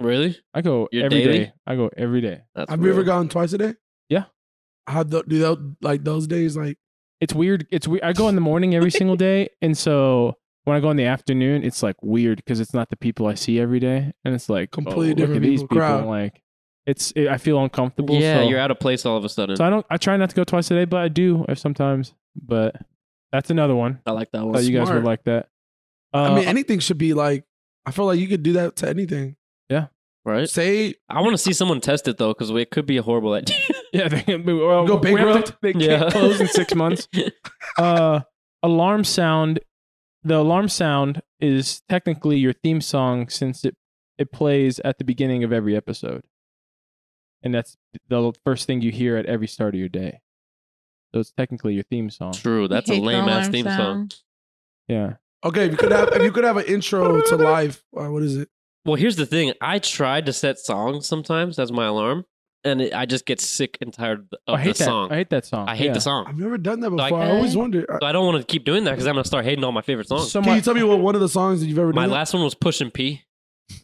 B: Really?
C: I go every
B: Your
C: day.
B: daily?
C: I go every day.
B: That's
A: Have you ever
B: real.
A: gone twice a day?
C: Yeah.
A: How do, do that like those days? Like,
C: it's weird. It's weird. I go in the morning
A: (laughs)
C: every single day, and so when I go in the afternoon, it's like weird because it's not the people I see every day, and it's like
A: Completely
C: oh, look
A: different
C: at these
A: people,
C: people.
A: crowd.
C: Like it's, it, I feel uncomfortable.
B: Yeah,
C: so,
B: you're out of place all of a sudden.
C: so I don't. I try not to go twice a day, but I do if sometimes. But that's another one.
B: I like that
C: I thought
B: one.
C: Oh, you guys
A: Smart.
C: would like that. Uh,
A: I mean, anything should be like. I feel like you could do that to anything.
B: right?
A: Say
B: I want to see someone test it though, because it could be a horrible idea.
C: yeah, they, well,
A: Go
C: we have to-
A: bankrupt?
C: They can't
B: Yeah.
C: close in six months.
B: (laughs)
C: uh alarm sound the alarm sound is technically your theme song since it it plays at the beginning of every episode and that's the first thing you hear at every start of your day so it's technically your theme song
B: True. That's a
D: Hate the
B: lame ass
D: alarm
B: theme song.
D: sound.
C: yeah
A: okay, if you could have if you could have an intro to life. Uh, what is it?
B: Well, here's the thing. I tried to set songs sometimes as my alarm, and it, I just get sick and tired of
C: i hate
B: the
C: that
B: song.
C: i hate that song
B: I hate the song.
A: I've never done that before.
B: Like-
A: I always wondered. uh,
B: So I don't want to keep doing that because I'm gonna start hating all my favorite songs.
C: so
A: Can
C: my,
A: you tell me what one of the songs that you've ever
B: my
A: done?
B: last one was Push and P.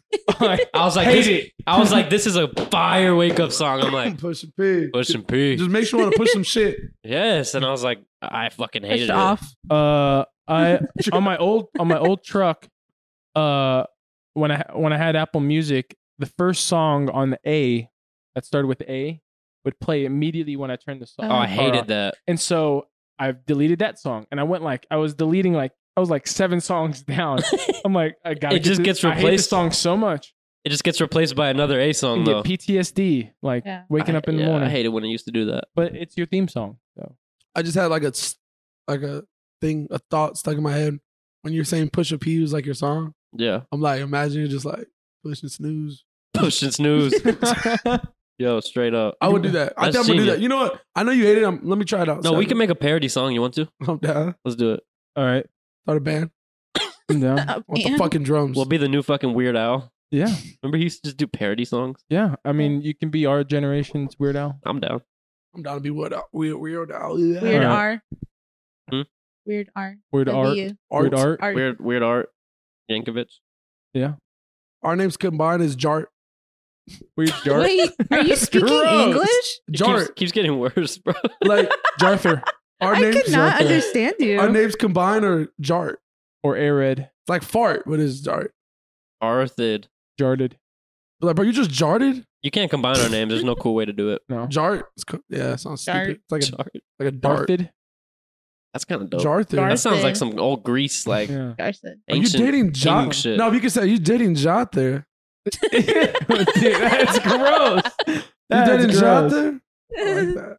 C: (laughs) I
B: I was like,
C: hate
B: this,
C: it.
B: I was like, this is a fire wake up song. I'm
A: (laughs)
B: like,
A: push a pig.
B: push and pee.
A: Just makes you want to push some
B: (laughs)
A: shit.
B: Yes, and I was like, I fucking hated
D: Pushed
B: it.
D: off.
C: Uh, I (laughs) on my old on my old truck, uh, when I when I had Apple Music, the first song on the A that started with A would play immediately when I turned the song.
B: Oh, I
C: the car
B: hated
C: on.
B: that.
C: And so I've deleted that song, and I went like I was deleting like I was like seven songs (laughs) down. I'm like I got
B: It just gets
C: I hate this
B: replaced.
C: song so much.
B: It just gets replaced by another A song
C: You
B: though.
C: get PTSD like
D: Yeah.
C: waking up in
B: Yeah,
C: the morning.
B: I hated when it used to do that.
C: but it's your theme song. So
A: I just had like a s- like a thing, a thought stuck in my head when you're saying push a pee was like your song.
B: Yeah, (laughs)
A: I'm like, imagine you're just like push and snooze.
B: push and
C: (laughs)
B: snooze. Yo, straight up.
A: I would do that. I
B: That's
A: think I'm gonna do
B: genius.
A: that. You know what? I know you hate it. i let me try it out.
B: No, we can make a parody song. You want to?
A: I'm down.
B: Let's do it.
C: all right,
A: Start a band.
C: I'm down.
D: Oh,
A: Want the
D: man.
A: fucking drums?
B: We'll be the new fucking Weird Al.
C: yeah.
B: Remember he used to just do parody songs.
C: Yeah, I mean, you can be our generation's Weird Al.
B: I'm down.
A: I'm down to be what? We weird uh, out.
D: Weird
C: Alright.
D: R.
B: Hmm?
D: Weird R.
C: Weird
D: That'd be
C: art.
D: you.
C: Weird art.
D: Art.
B: Weird, weird art. Yankovic.
A: Our names combined is Jart.
C: Weird jar.
D: Wait, are you speaking
C: Gross.
D: English?
B: It
A: Jart.
B: keeps, keeps getting (laughs) worse, bro.
D: (laughs)
A: like
C: Jarther
A: our
D: I
A: names.
D: could not
A: Jart.
D: understand you. (laughs)
A: Our names combined are Jart. It's
C: or Arid.
A: like fart, but it's Jart.
B: Arthid.
C: Jarted.
A: Like, bro, you just jarted.
B: You can't combine our names. There's no cool way to
A: (laughs)
B: do it.
C: No.
A: Jart. It's co- yeah, it sounds stupid. It's like a
B: Jart.
A: like a dart.
C: Darted.
B: That's kind of dope.
A: Jarthin.
D: Jarthin.
B: That sounds like
D: Arthid.
B: some old Greece, like
C: Yeah.
D: Carson.
A: Are you
B: ancient
A: dating
B: king
A: Jot?
B: shit.
A: No, you could say you dating Jot there.
C: (laughs) that's gross.
A: You
C: That's
A: dating
C: gross.
A: Jot there? I
D: (laughs)
A: like that.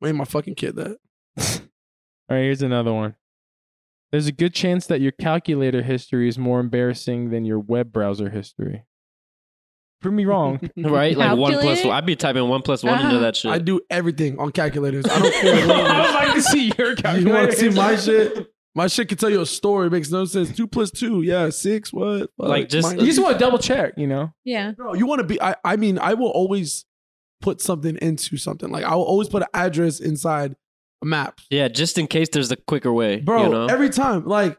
A: Name my fucking kid that.
C: All right, here's another one. There's a good chance that your calculator history is more embarrassing than your web browser history. Prove me wrong.
B: right? Like one plus
D: Calculator?
B: one. I'd be typing one plus one into
D: Uh-huh.
B: that shit.
A: I do everything on calculators. (laughs) I don't care. what
C: like (laughs) to see your
A: it is. you want to see my (laughs) shit? My shit can tell you a story. It makes no sense. Two plus two, yeah, six. What? Fuck,
B: Like, just-
C: You
A: minus-
C: just want to double check, you know?
D: Yeah.
A: No, you want to be. I, I mean, I will always put something into something. Like I will always put an address inside a map.
B: yeah, just in case there's a quicker way.
A: bro.
B: you know?
A: Every time, like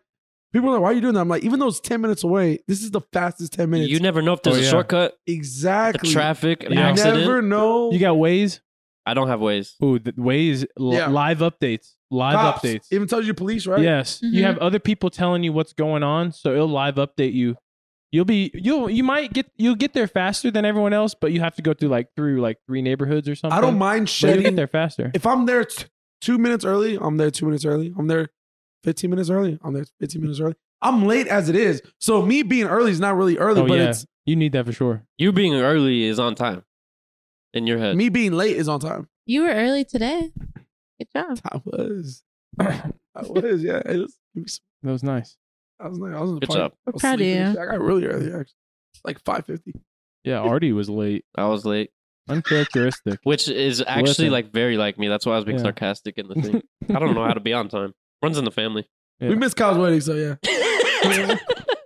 A: people are like, "Why are you doing that?" I'm like, even though it's ten minutes away, this is the fastest ten minutes.
B: you never know if there's
C: Oh,
B: a
C: yeah.
B: shortcut, the
A: exactly.
B: traffic, an
A: You
C: Yeah.
B: accident.
A: never know.
C: You got Waze?
B: I don't have ways.
C: Ooh, the Waze li-
A: Yeah.
C: live updates. Live
A: Cops.
C: updates.
A: Even tells you police, right?
C: Yes, you
D: Mhm.
B: Mm-hmm.
C: have other people telling you what's going on, so it'll live update you. You'll be you'll you might get you'll get there faster than everyone else, but you have to go through like through like three neighborhoods or something.
A: I don't mind
C: But you'll get
A: shedding.
C: there faster.
A: If I'm there t- two minutes early, I'm there two minutes early. I'm there fifteen minutes early. I'm there fifteen minutes early. I'm late as it is, so me being early is not really early,
C: Oh,
A: but
C: yeah.
A: it's
C: You need that for sure.
B: You being early is on time in your head.
A: me being late is on time.
D: You were early today. Good
A: (laughs)
D: job. (laughs)
A: I
C: (coughs)
A: was,
C: that
A: I was, yeah. It was,
C: was nice.
A: I was like, I was in the
B: Good
A: party.
B: job.
A: I was
D: Proud of
A: sleeping.
D: you.
A: I got really early, actually, like five fifty.
C: Yeah, Artie was late.
B: I was late,
C: Uncharacteristic.
B: which is actually
C: Listen.
B: like very like me. That's why I was being
C: Yeah.
B: sarcastic in
A: (laughs)
B: the thing. (laughs) I don't know how to be on time. Runs in the family.
C: Yeah.
A: We missed Kyle's wedding, so yeah.
C: (laughs)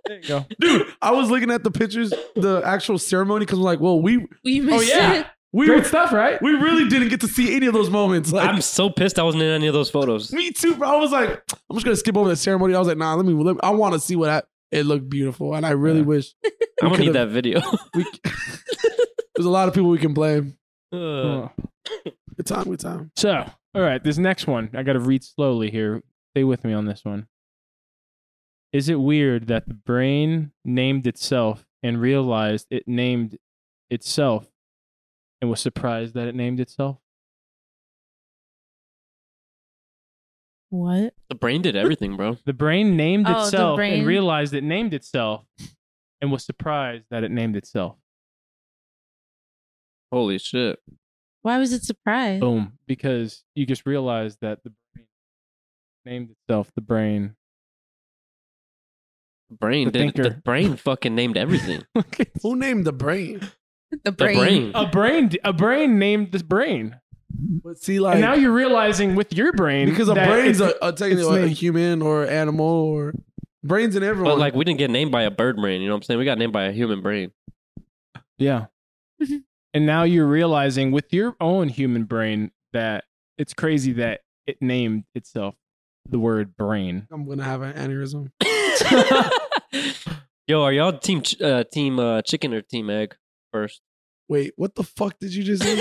C: There you go.
A: dude. I was looking at the pictures, the actual ceremony, because I'm like, well, we
D: We missed
C: yeah.
A: we
C: Great stuff, right?
A: we really didn't get to see any of those moments. Like,
B: I'm so pissed I wasn't in any of
A: (laughs)
B: those photos.
A: me too, bro. I was like, I'm just gonna skip over the ceremony. I was like, nah, let me. Let me I want to see what I, it looked beautiful, and I really
C: Yeah.
A: wish
B: I'm gonna need
A: could've- (laughs)
B: that video. (laughs)
C: (laughs)
A: we. there's a lot of people we can blame.
B: Uh,
C: Oh.
A: Good time, good time.
C: So, all right, this next one, I got to read slowly here. Stay with me on this one. Is it weird that the brain named itself and realized it named itself and was surprised that it named itself?
D: What?
B: the brain did everything, bro.
C: The brain named
D: Oh, the
C: itself
D: brain.
C: and realized it named itself and was surprised that it named itself.
B: Holy shit.
D: Why was it surprised?
C: Boom. Because you just realized that the brain named itself the brain. (laughs)
B: Brain
C: The
B: did the
C: thinker.
B: brain fucking named everything.
C: Look
D: (laughs)
C: at-
A: Who named the brain?
D: The
B: the
D: brain.
A: Oh,
B: brain.
C: a brain a brain named the brain.
A: But see, like
C: and now you're realizing with your brain
A: because a
C: that
A: brain's
C: it's-
A: a, a technically
C: it's
A: a
C: named-
A: human or animal or brains in everyone.
B: But like we didn't get named by a bird brain, you know what I'm saying? We got named by a human brain. (laughs)
C: yeah. Mm-hmm. and now you're realizing with your own human brain that it's crazy that it named itself the word brain.
A: I'm gonna have an aneurysm.
B: Yo, are y'all team ch- uh, team uh, chicken or team egg first?
A: Wait, what the fuck did you just
C: (laughs)
A: say?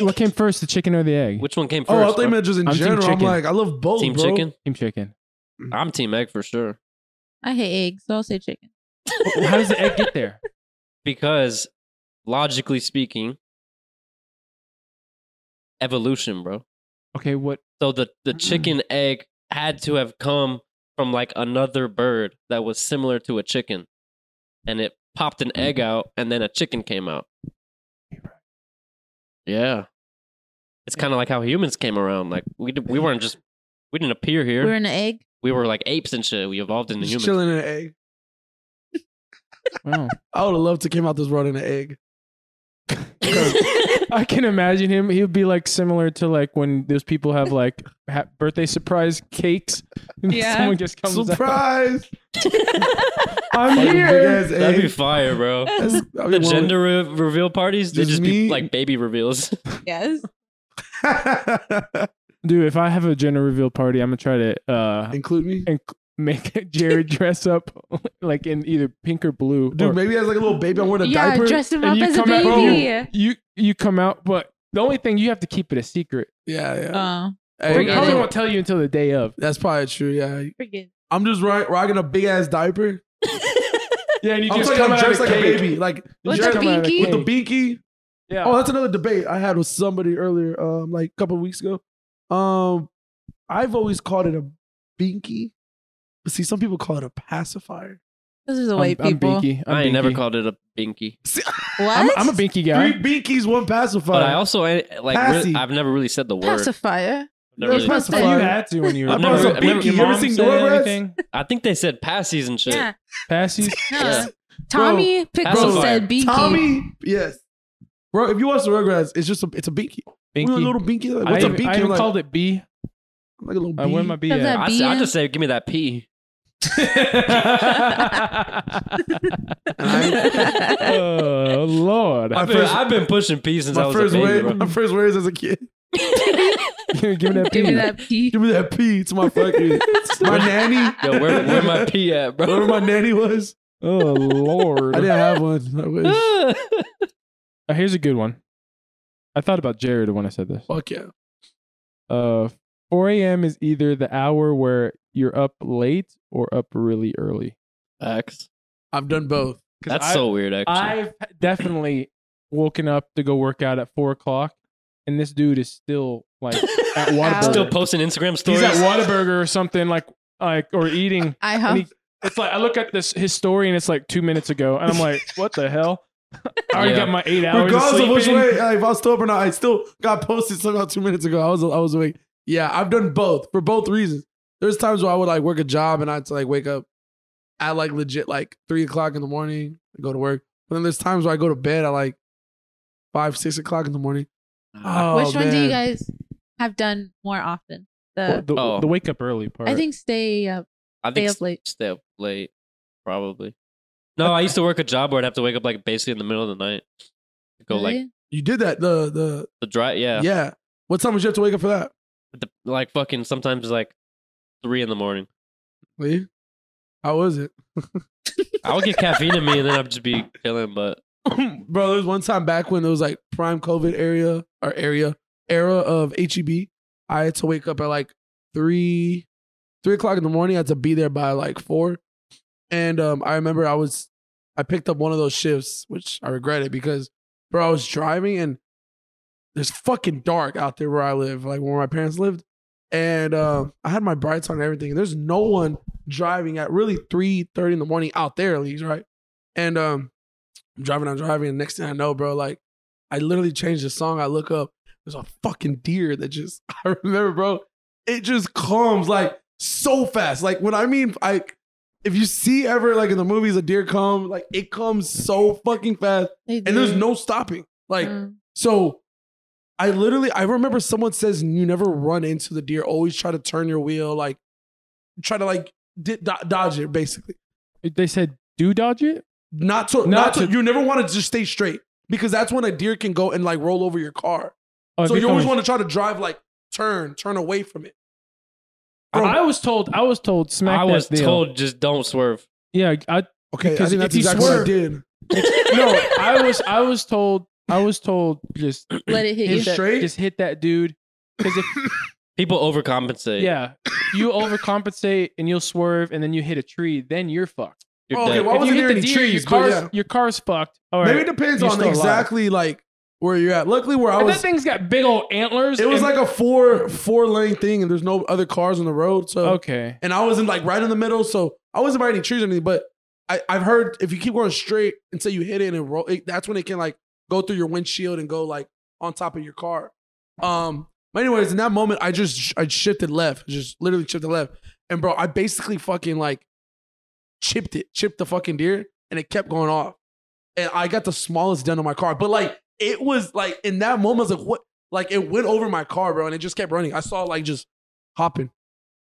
C: What came first, the chicken or the egg?
B: Which one came first?
A: oh, I thought you
B: bro?
A: meant just in
C: I'm team
A: general. I'm
C: chicken.
A: like, I love both.
B: team
A: bro.
B: chicken.
C: Team chicken.
B: I'm team egg for sure
D: I hate eggs, so I'll say chicken.
C: How
D: (laughs)
C: does the egg get there?
B: because logically speaking, evolution, bro.
C: Okay, what?
B: So the the chicken egg had to have come from like another bird that was similar to a chicken, and it popped an egg
A: Mm-hmm.
B: out, and then a chicken came out. Yeah, it's kind of like how humans came around. Like we d- we weren't just we didn't appear here.
D: We're an egg.
B: we were like apes and shit. We evolved into
A: Just
B: humans.
A: chilling in an egg.
C: Wow.
A: I would have loved to came out this world in an egg.
C: (laughs)
D: (laughs)
C: I can imagine him. He would be like similar to like when those people have like ha- birthday surprise cakes. (laughs) And
D: Yeah.
C: Someone just comes out.
A: Surprise!
C: (laughs) I'm
A: Fucking
C: here.
A: big-ass
B: That'd be
A: egg.
B: fire,
A: (laughs)
B: bro. (laughs)
A: That's- that'd be
B: The
A: one-
B: gender re- reveal parties, they
A: Just
B: just
A: me-
B: be like baby reveals.
D: Yes.
C: Dude, if I have a gender reveal party, I'm going to try to uh,
A: (laughs) Include me,
C: and make (laughs) Jared dress up like in either pink or blue. or-
A: dude. Maybe as like a little baby, I'm wearing a
D: yeah,
A: diaper.
D: dress him
C: and
D: up as a
C: out,
D: baby.
C: you you come out, but the only thing you have to keep it a secret.
A: yeah, yeah.
D: Oh,
A: Egg,
C: they
A: I
C: probably
A: know.
C: won't tell you until the day of.
A: That's probably true. Yeah,
D: forget.
A: I'm just ri- rocking a big ass diaper.
C: (laughs) Yeah, and you
A: I'm
C: just
A: talking-
C: come
A: I'm
C: out
A: dressed
C: of
A: like
C: the
A: a
C: cake.
A: baby, like
C: You
D: With
C: just
D: the
C: come out of
D: binky?
A: with the
C: cake.
A: binky.
C: Yeah.
A: Oh, that's another debate I had with somebody earlier, um, like a couple of weeks ago. Um, I've always called it a binky, but see, some people call it a pacifier.
D: Those are the
C: I'm-
D: white
C: I'm,
D: people.
C: binky.
B: I
C: I'm
B: ain't never
C: binky.
B: called it a binky.
D: What?
C: I'm, I'm a binky guy.
A: Three binkies, one pacifier.
B: But I also I, like
A: Passy.
B: really, I've never really said the word.
D: pacifier.
B: Never
A: Yeah,
B: really-
A: pacifier.
C: Well, you had to when you were.
B: I've never- I've never-
C: your
B: You ever
C: mom
A: seen
C: said
A: Rugrats?
C: anything?
B: I think they said passies and shit.
D: Yeah.
C: Passies.
D: no.
B: Yeah.
D: Tommy Pickles
B: Pacifier.
D: said binky.
A: Tommy, yes, bro. If you watch the Rugrats, it's just a, it's a binky. We were a
C: Binky.
A: little binky. Like,
C: I
A: what's a
C: even-
A: binky?
C: I even
A: I'm like,
C: called it B.
A: I'm like a little
C: I went my
A: bee.
C: B.
D: How's
C: at.
D: that?
B: I, s- I
D: Bean.
B: just say, give me that P.
C: (laughs) oh Lord!
A: My
B: I've been,
A: first-
B: I've been pushing P since I
A: My
B: was a
A: first
B: baby.
A: word,
B: bro.
A: my first words as a kid.
C: (laughs) Give me that
D: (laughs) Give me
C: P.
D: that pee.
A: Give me that pee to my (laughs) fucking my nanny.
B: Yo, where, where my P at, bro?
A: (laughs) Whatever my nanny was,
C: Oh Lord!
A: I didn't have one. I wish.
D: (laughs)
C: Uh, here's a good one. I thought about Jared when I said this.
A: Fuck yeah.
C: Uh, 4 a.m. is either the hour where you're up late or up really early.
B: (laughs) X.
A: I've done both.
C: 'Cause
B: That's
C: I-
B: so weird, actually.
C: I've definitely woken up to go work out at four o'clock, and this dude is still like
A: (laughs)
C: at Whataburger.
B: Still posting Instagram stories.
C: He's at Whataburger or something like like or eating.
D: I
C: And
D: hope.
C: he, it's like I look at this his story and it's like two minutes ago, and I'm like, what the hell? I already
B: Yeah.
C: got my eight hours.
A: Regardless of
C: sleep
A: which
C: in.
A: way, like, if I was still up or not, I still got posted somehow two minutes ago. I was I was awake. Yeah, I've done both for both reasons. There's times where I would like work a job and I'd like wake up at like legit like three o'clock in the morning and go to work. But then there's times where I go to bed at like five, six o'clock in the morning. Oh,
D: Which one do you
A: man.
D: guys have done more often?
C: Well,
D: The
C: the,
B: Oh.
C: the wake up early part.
D: I think stay up.
B: I
D: Stay
B: think
D: up late.
B: stay up late, probably. No, I used to work a job where I'd have to wake up like basically in the middle of the night. To go like
D: Really?
A: You did that. The the
B: the dry, yeah.
A: yeah. What time would you have to wake up for that?
B: The, like fucking sometimes it's like three in the
C: (laughs)
B: morning.
A: Lee? How was it?
B: I would get caffeine in me and then I'd just be killing. But
A: (coughs) Bro, there was one time back when it was like prime COVID area or area era of HEB. I had to wake up at like three, three o'clock in the morning. I had to be there by like four. And um, I remember I was, I picked up one of those shifts, which I regretted because, bro, I was driving and there's fucking dark out there where I live, like where my parents lived. And um, I had my brights on and everything. And there's no one driving at really three thirty in the morning out there, at least, right? And um, I'm driving, I'm driving, and next thing I know, bro, like I literally changed the song. I look up, there's a fucking deer that just (laughs) I remember, bro. It just comes like so fast. Like when I mean like if you see ever like in the movies a deer come, like it comes so fucking fast
D: They
A: and there's
D: do.
A: no stopping. Like
D: Mm.
A: so I literally I remember someone says you never run into the deer, always try to turn your wheel, like try to like di- do- dodge it basically
C: they said do dodge it.
A: not to not,
C: Not
A: to,
C: to-
A: you never want to just stay straight because that's when a deer can go and like roll over your car.
C: Oh, if
A: so
C: you're
A: you always
C: coming-
A: want to try to drive like turn, turn away from it.
C: I was told. I was told. Smack.
B: I
C: that
B: was
C: deal.
B: told just don't swerve.
C: Yeah, I
A: Okay, I
C: Because
A: think
C: if
A: that's
C: you
A: exactly what I
C: swerve-
A: did. (laughs)
C: no, I was I was told I was told just
D: Let it hit
C: hit
D: you.
C: that,
A: straight?
C: just hit that dude (laughs) because if
B: People overcompensate.
C: yeah you overcompensate and you'll swerve and then you hit a tree then you're fucked.
B: You're
A: Okay,
B: dead.
A: why
C: if
A: wasn't
C: you
A: there
C: hit
A: any
C: the deer,
A: trees?
C: your
A: but
C: car's
A: yeah.
C: your car's fucked. All right.
A: Maybe it depends
C: You're
A: on
C: still alive.
A: exactly like where you're at. Luckily, where I
C: And
A: was,
C: that thing's got big old antlers.
A: it was
C: and-
A: like a four four lane thing, and there's no other cars on the road. So
C: okay.
A: and I wasn't like right in the middle, so I wasn't by any trees or anything. But I, I've heard if you keep going straight until you hit it and it roll, it, that's when it can like go through your windshield and go like on top of your car. Um, but anyways, in that moment, I just sh- I shifted left, just literally shifted left, and bro, I basically fucking like chipped it, chipped the fucking deer, and it kept going off, and I got the smallest dent on my car. But like it was like in that moment, I was like what? Like it went over my car, bro, and it just kept running. I saw it like just hopping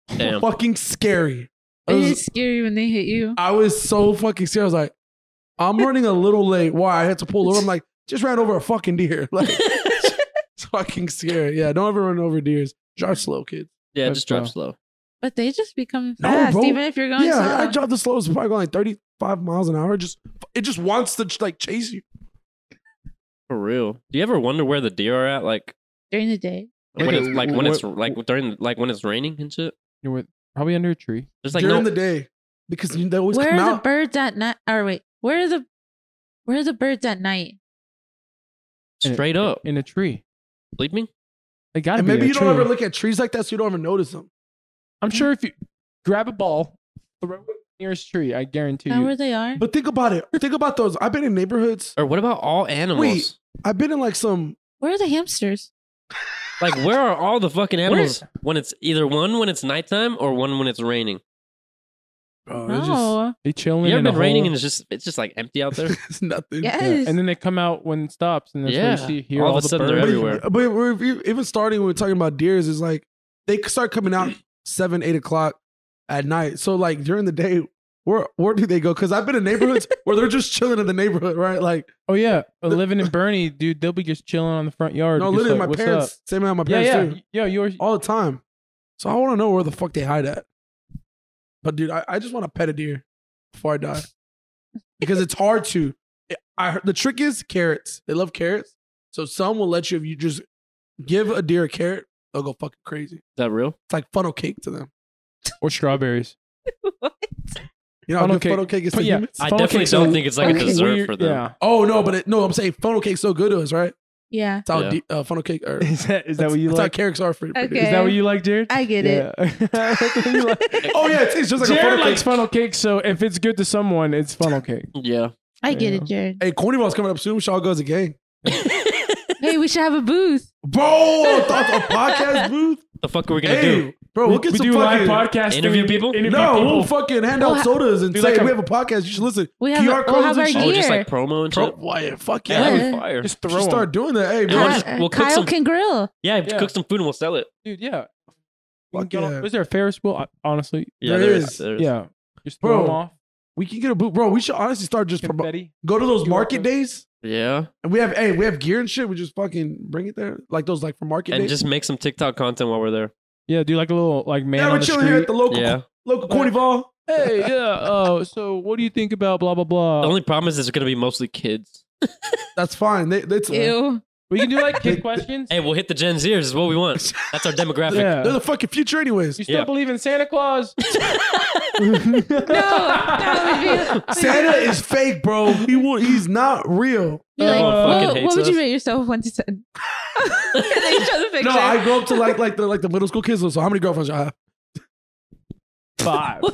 B: Damn.
A: fucking scary. I
D: It
A: was,
D: is scary when they
A: (laughs)
D: hit you.
A: I was so fucking scared. I was like,
D: (laughs)
A: I'm running a little late. Why? I had to pull over. I'm like, just ran over a fucking deer. (laughs) Like, it's fucking scary. Yeah, don't ever run over deers. Drive slow, kid.
B: Yeah,
C: That's
B: just drive
C: wild.
B: slow.
D: But they just become
A: No,
D: fast,
A: bro.
D: even if you're going
A: yeah,
D: slow.
A: I dropped the slowest, probably going like 35 miles an hour. Just it just wants to like chase you.
B: For real. Do you ever wonder where the deer are at? Like
D: during the day.
B: when
C: Okay,
B: it's like when
C: wh-
B: it's like during like when it's raining and shit.
C: You were probably under a tree.
B: There's like
A: during
B: no
A: the day. Because you- they always
D: where
A: come
D: are the
A: out.
D: birds at night? Or wait, where are the where are the birds at night?
B: straight up.
C: in a tree.
B: Sleep me?
C: They got to
A: and
C: be
A: maybe
C: in a
A: you
C: tree.
A: don't ever look at trees like that, so you don't ever notice them.
C: I'm sure if you grab a ball, throw it at the nearest tree, I guarantee
D: Not where
C: you.
D: they are.
A: But think about it. Think about those. I've been in neighborhoods.
B: Or what about all animals?
A: I've been in like some
D: Where are the hamsters?
B: Like where are all the fucking
C: Where-
B: animals? When it's either one when it's nighttime or one when it's raining.
A: bro, it's just-
D: No.
C: They chilling.
B: You ever
C: in a
B: been raining
C: hole,
B: and it's just it's just like empty (laughs) out there?
A: (laughs) it's nothing.
D: Yes.
C: and then they come out when it stops, and that's
B: Yeah.
C: where you see hear
B: All
C: all,
B: of a
C: the
B: sudden they're
C: birds.
B: everywhere.
A: But, but we're- we're even starting when we're talking about deers is like they start coming out seven, eight o'clock at night. So like during the day, where where do they go? Because I've been in
C: (laughs)
A: neighborhoods where they're just chilling in the neighborhood, right? Like (laughs)
C: Oh yeah, Uh, living in Bernie, dude, they'll be just chilling on the front yard.
A: no,
C: just
A: literally my
C: like, "What's
A: parents,
C: up?"
A: same as my
C: Yeah,
A: parents
C: yeah,
A: too,
C: yeah. Yours.
A: all the time. So I want to know where the fuck they hide at. But dude, I, I just want to pet a deer before I die because it's hard to. eh, I heard- the trick is carrots. They love carrots, so some will let you if you just give a deer a carrot, they'll go fucking crazy.
B: Is that real?
A: It's like funnel cake to them.
C: or (laughs) strawberries.
A: You know, how
C: Funnel
A: good
C: cake.
A: funnel cake is to
C: But yeah,
A: humans.
B: I
C: Funnel
B: definitely
C: cake's
B: don't
C: a-
B: think it's like a
C: funnel cake's
B: dessert
C: weird-
B: for them.
C: Yeah.
A: oh no, but it, no, I'm saying funnel cake's so good to us, right?
D: yeah.
A: It's how
B: Yeah.
A: deep, uh, funnel cake. Or,
C: (laughs) Is that is that what you
A: that's how
C: like?
A: carrots are for. for
D: Okay.
A: deer.
C: Is that what you like, Jared?
D: I get it.
C: Yeah. (laughs) That's
A: (laughs)
C: what you like.
A: Oh yeah, it tastes just like a
C: Jared
A: funnel
C: likes
A: cake.
C: funnel cake, so if it's good to someone, it's funnel cake.
B: Yeah.
D: I get
C: Yeah.
D: it, Jared.
A: (laughs) Hey, Cornyball's coming up soon. We should all go as a gang.
D: hey, we should have a booth.
A: Bro,
C: (laughs)
A: I thought a podcast booth.
B: The fuck are we gonna
A: Hey,
B: do?
A: bro, we'll get
C: we
A: some
C: do
A: fucking.
C: live podcasts.
B: Interview
C: we-
B: people?
C: Interview
A: no,
C: people.
A: we'll fucking hand out
D: We'll ha-
A: sodas and
C: do
A: say
C: like a-
A: we have a podcast. You should listen.
D: We have
A: QR
D: a, we'll
A: codes
D: have
A: and
D: our
A: shit.
B: Oh, just
D: gear.
B: like promo and
A: Bro,
B: shit.
A: why? Fuck
B: Yeah,
A: yeah.
B: that'd
A: yeah.
D: Yeah.
B: be fire.
C: just
A: We
C: throw
A: should
C: 'em.
A: start doing that. Hey,
B: Yeah,
A: bro.
B: we'll
D: Ky-
B: just- we'll cook
D: Kyle
B: some-
D: can grill.
B: Yeah,
C: Yeah.
B: cook some food and we'll sell it.
C: dude. Yeah.
A: Fuck
C: Get on-
A: yeah.
C: Is there a Ferris wheel? I- Honestly,
B: Yeah,
A: There
B: there is.
A: is.
B: there is.
C: yeah. Just throw
A: Bro,
C: them off.
A: We can get a booth, bro. We should honestly start just promo-
C: Confetti.
A: go to those
C: QR
A: market
C: code.
A: days.
B: Yeah.
A: And we have hey, we have gear and shit. We just fucking bring it there, like those like for market
B: And
A: days.
B: just make some TikTok content while we're there.
C: Yeah, do like a little like man
A: yeah,
C: on
A: we're
C: the
A: chilling
C: street.
A: here at the local
B: Yeah.
A: local Cornyball.
C: hey, yeah. Uh, so what do you think about blah blah blah?
B: The only problem is it's gonna be mostly kids.
A: That's fine. They, they, they're
D: Ew.
C: we can do
B: (laughs)
C: like kid questions.
B: Hey, we'll hit the Gen Zers is what we want.
C: (laughs)
B: That's our demographic.
C: yeah.
A: the fucking future, anyways.
C: (laughs) you still
B: Yeah.
C: believe in
B: (laughs)
C: Santa Claus?
D: No,
A: (laughs)
D: that would be.
A: Santa is fake, bro. He will, he's not real.
D: You're like,
C: Everyone
B: fucking
D: what,
B: hates
D: what would
B: us.
D: you rate yourself one
B: (laughs)
D: to ten? and they show the picture.
A: No, I go up to like like the like the middle school kids. So how many girlfriends y'all have?
C: Five.
D: (laughs)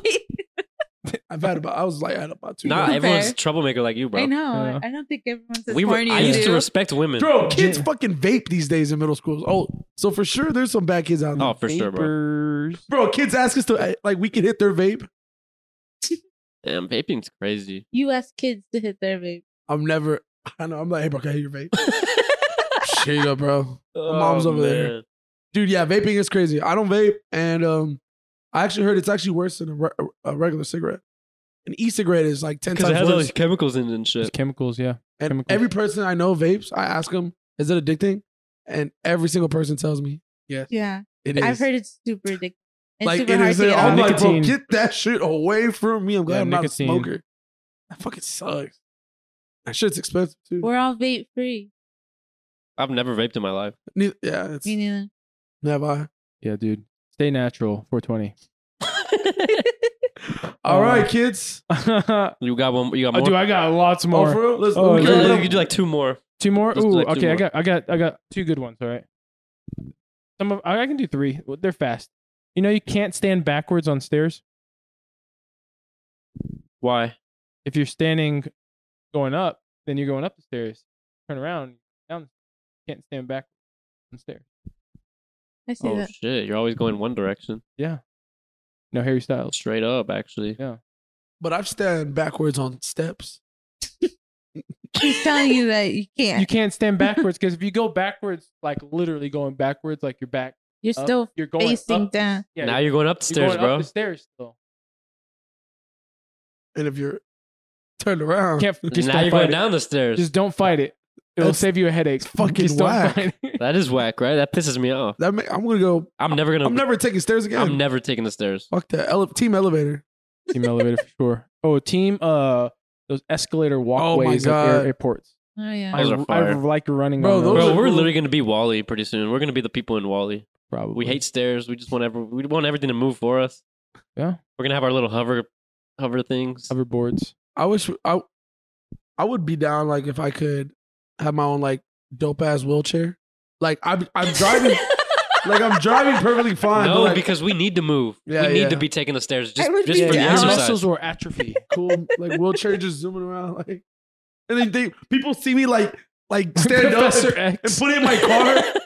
D: Wait,
A: I've had about. I was like I had about two.
B: Nah,
A: girlfriends.
D: Okay.
B: everyone's troublemaker like you, bro.
D: I know.
C: Yeah.
D: I don't think everyone's as
B: We were,
D: horny
B: I
D: as
B: used to
D: you.
B: respect women.
A: bro, kids fucking vape these days in middle schools. Oh, so for sure there's some bad kids out there.
B: Oh, for sure, bro.
C: Papers.
A: Bro, kids ask us to eh, like we can hit their vape.
B: Damn, vaping's crazy.
D: you ask kids to hit their vape.
A: I'm never. I know. I'm like, hey, bro, can I hit your vape? Shit up, bro.
B: Oh,
A: mom's over there.
B: man.
A: dude yeah vaping is crazy i don't vape and um i actually heard it's actually worse than a, re- a regular cigarette an e-cigarette is like 10
B: Because it
A: times
B: has all
A: worse
B: these chemicals in it and
C: Just
B: shit.
C: chemicals, yeah.
A: and
C: chemicals.
A: every person i know vapes i ask them is it addicting and every single person tells me yes
D: Yeah,
A: it is
D: I've heard it's super addictive. It's
A: like
D: super
A: it
D: hard
A: is i'm
D: to get
C: all
D: off.
A: like bro
C: Nicotine.
A: get that shit away from me i'm glad
C: Yeah,
A: i'm
C: nicotine.
A: not a smoker That fucking sucks. That shit's expensive too.
D: We're all vape free.
B: I've never vaped in my life.
A: Ne- yeah, it's
D: Me (laughs) neither.
A: never. All right,
C: Yeah, dude. Stay natural. 420. Oh.
A: kids.
C: (laughs) oh,
B: You got one. You got more.
C: dude, I got lots
A: Oh,
C: more.
A: for real? Let's
C: Oh,
A: let
B: You
A: me
C: yeah.
A: get it (laughs)
B: could- you
A: up.
B: could do like two more.
C: Two more.
B: Let's do,
C: Ooh,
B: like, two
C: okay. I
B: more.
C: got, I got, I got two good ones. All right. Some of I I can do three. Well, They're fast. You know, you can't stand backwards on stairs.
B: Why?
C: If you're standing, going up, then you're going up the stairs. Turn around, down. You can't stand back on stairs.
D: I see
B: Oh
D: that.
B: shit! You're always going one direction, Oh,
C: No Harry Styles.
B: straight up. Actually,
A: But I've stand backwards on steps.
D: He's telling you that you can't.
C: You can't stand backwards because if you go backwards, like literally going backwards, like your back,
D: (laughs) You're
C: up,
D: still
C: you're going
D: facing
C: up,
D: down.
C: Yeah,
B: now you're going up the
C: you're
B: stairs,
C: going
B: bro.
C: Up the stairs still.
A: And if you're turned around,
C: Can't. Just
B: now
C: don't
B: you're
C: fight
B: going
C: it.
B: down the stairs.
C: Just don't fight it. It'll
A: That's-
C: save you a headache. (laughs)
A: it's fucking
C: Just don't
A: whack.
C: fight
B: (laughs)
C: it.
B: that is whack, right? That pisses me off.
A: that may, I'm gonna go.
B: I'm never gonna.
A: I'm never taking stairs again.
B: I'm never taking the stairs.
A: Fuck that ele- team elevator.
C: team elevator for sure. Oh, team. Uh, those escalator walkways at air-
A: God.
C: airports.
D: Oh yeah. (laughs)
B: I- Those
C: I,
B: are fire.
C: I like running.
A: Bro,
C: on
A: those
C: those
B: Bro,
A: are
B: we're
A: cool.
B: literally gonna be Wally pretty soon. We're gonna be the people in Wally.
C: probably.
B: We hate stairs. We just want every, we want everything to move for us.
C: Yeah.
B: We're gonna have our little hover hover things.
C: hoverboards.
A: I wish I, I would be down like if I could have my own like dope ass wheelchair. Like I'm, I'm
B: (laughs)
A: driving, like I'm driving perfectly fine. but,
B: no,
A: like,
B: because we need to move.
A: Yeah,
B: we need
A: yeah.
B: to be taking the stairs
D: I
B: just,
D: would
B: just
D: be
B: for the
D: down.
C: Your
D: Yeah.
B: exercise.
C: muscles were atrophy.
A: cool, like wheelchair just zooming around, like, and then they, people see me like, like (laughs) stand up
C: Professor
A: and, and
C: X.
A: put it in my car.
B: (laughs)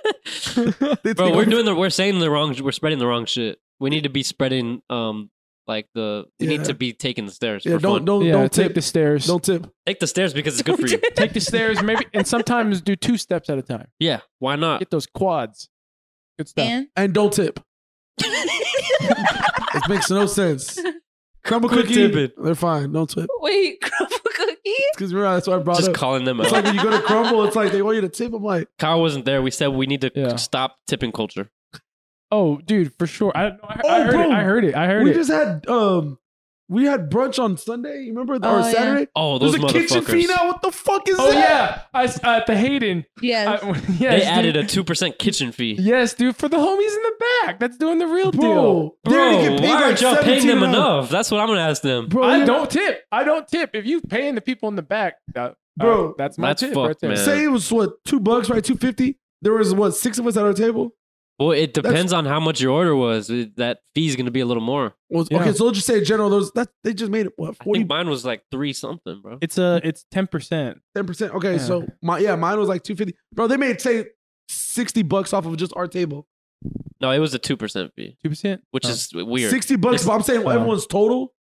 A: They
B: Bro,
A: think
B: we're
A: I'm-
B: doing the we're saying the wrong we're spreading the wrong shit. We need to be spreading um like the we need
A: Yeah.
B: to be taking the stairs.
A: Yeah,
B: for
A: don't
B: fun.
A: don't
C: yeah,
A: don't
C: take
A: tip.
C: the stairs.
A: Don't tip.
B: take the stairs because it's good for you.
C: (laughs)
B: (laughs)
C: Take the stairs, maybe, and sometimes do two steps at a time.
B: Yeah, why not?
C: Get those quads. Good
B: (laughs)
C: stuff.
D: And
A: And don't tip. It makes no
B: (laughs)
A: sense. Crumble cookie.
B: tipping.
A: They're fine. Don't tip.
D: wait, crumble cookie.
A: Because remember that's what I brought
B: Just
A: up.
B: calling them
A: It's like
B: out.
A: when you go to crumble, it's like they want you to tip. I'm like,
B: Kyle wasn't there. We said we need to
C: Yeah.
B: stop tipping culture.
C: Oh, dude, for sure. I, no, I, I
A: Oh,
C: heard it.
A: bro.
C: I heard it. I heard
A: we
C: it.
A: just had um, we had brunch on Sunday. You remember
D: Oh,
A: or
D: yeah.
A: Saturday?
B: Oh, those
A: There's a
B: motherfuckers.
A: kitchen fee now. What the fuck is
C: oh
A: that?
C: yeah, I, s- uh, at the Hayden. I,
D: Yes.
B: (laughs)
C: (laughs)
D: (laughs)
B: They
C: yes, dude.
B: added a two percent kitchen fee.
C: Yes, dude, for the homies in the back. That's doing the real deal.
A: Bro, they already get paid
B: why
A: like
B: aren't y'all paying
A: 17
B: them
A: an hour.
B: enough? That's what I'm gonna ask them.
A: Bro,
C: I
A: yeah.
C: don't tip. I don't tip. If you paying the people in the back, uh,
A: Bro.
C: uh, that's my
B: That's
C: tip
B: fucked,
C: right there.
B: man.
A: say it was what two bucks, right? Two fifty. There was what six of us at our table.
B: Well, it depends on how much your order was. It- That fee's gonna be a little more.
A: Was,
C: Yeah.
A: Okay, so let's just say in general those that they just made it what
B: I
A: forty
B: think mine was like three something, bro.
C: It's a it's ten percent.
A: ten percent. Okay,
C: Yeah.
A: so my yeah, mine was like two fifty. Bro, they made say sixty bucks off of just our table.
B: No, it was a two percent fee,
C: Two percent.
A: Oh.
B: which is weird.
A: Sixty bucks.
B: It's-
A: but I'm saying
C: Wow.
A: everyone's total.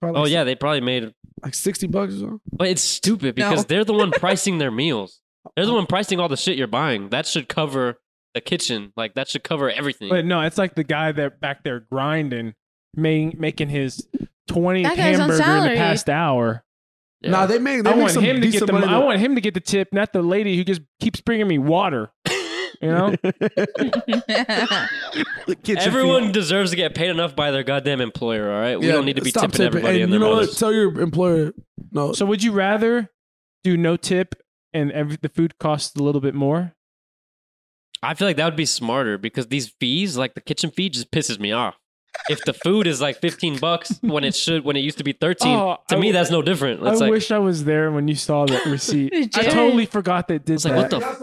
A: Probably
B: oh
A: like-
B: yeah, they probably made.
A: like sixty bucks or something.
B: But it's stupid because
D: No.
B: they're the one pricing their meals.
A: (laughs)
B: They're the one pricing all the shit you're buying. That should cover the kitchen. Like that should cover everything.
C: But no, it's like the guy that back there grinding, making making his twentieth
D: That guy's on
C: hamburger in the
D: salary.
C: past hour.
B: Yeah.
A: Nah, they make. They
C: I
A: make
C: want
A: some
C: him to get
A: decent
C: the.
A: money
C: I
A: though.
C: want him to get the tip, not the lady who just keeps bringing me water. You
A: (laughs)
C: know, (laughs)
A: The kitchen fee.
B: Everyone deserves to get paid enough by their goddamn employer. All right, we
A: Yeah,
B: don't need to be
A: stop
B: tipping, everybody
A: And
B: in their
A: you know
B: mothers.
A: what? Tell your employer. No,
C: So would you rather do no tip and every, the food costs a little bit more?
B: I feel like that would be smarter because these fees, like the kitchen fee, just pisses me off. If the food is like fifteen bucks when it should when it used to be thirteen,
C: Oh,
B: to
C: I
B: me
C: w-
B: that's no different.
C: I
B: It's like
C: wish I was there when you saw that
D: (laughs)
C: receipt. I
D: Jared.
C: totally forgot that did
B: It's like, what
C: that.
B: the f-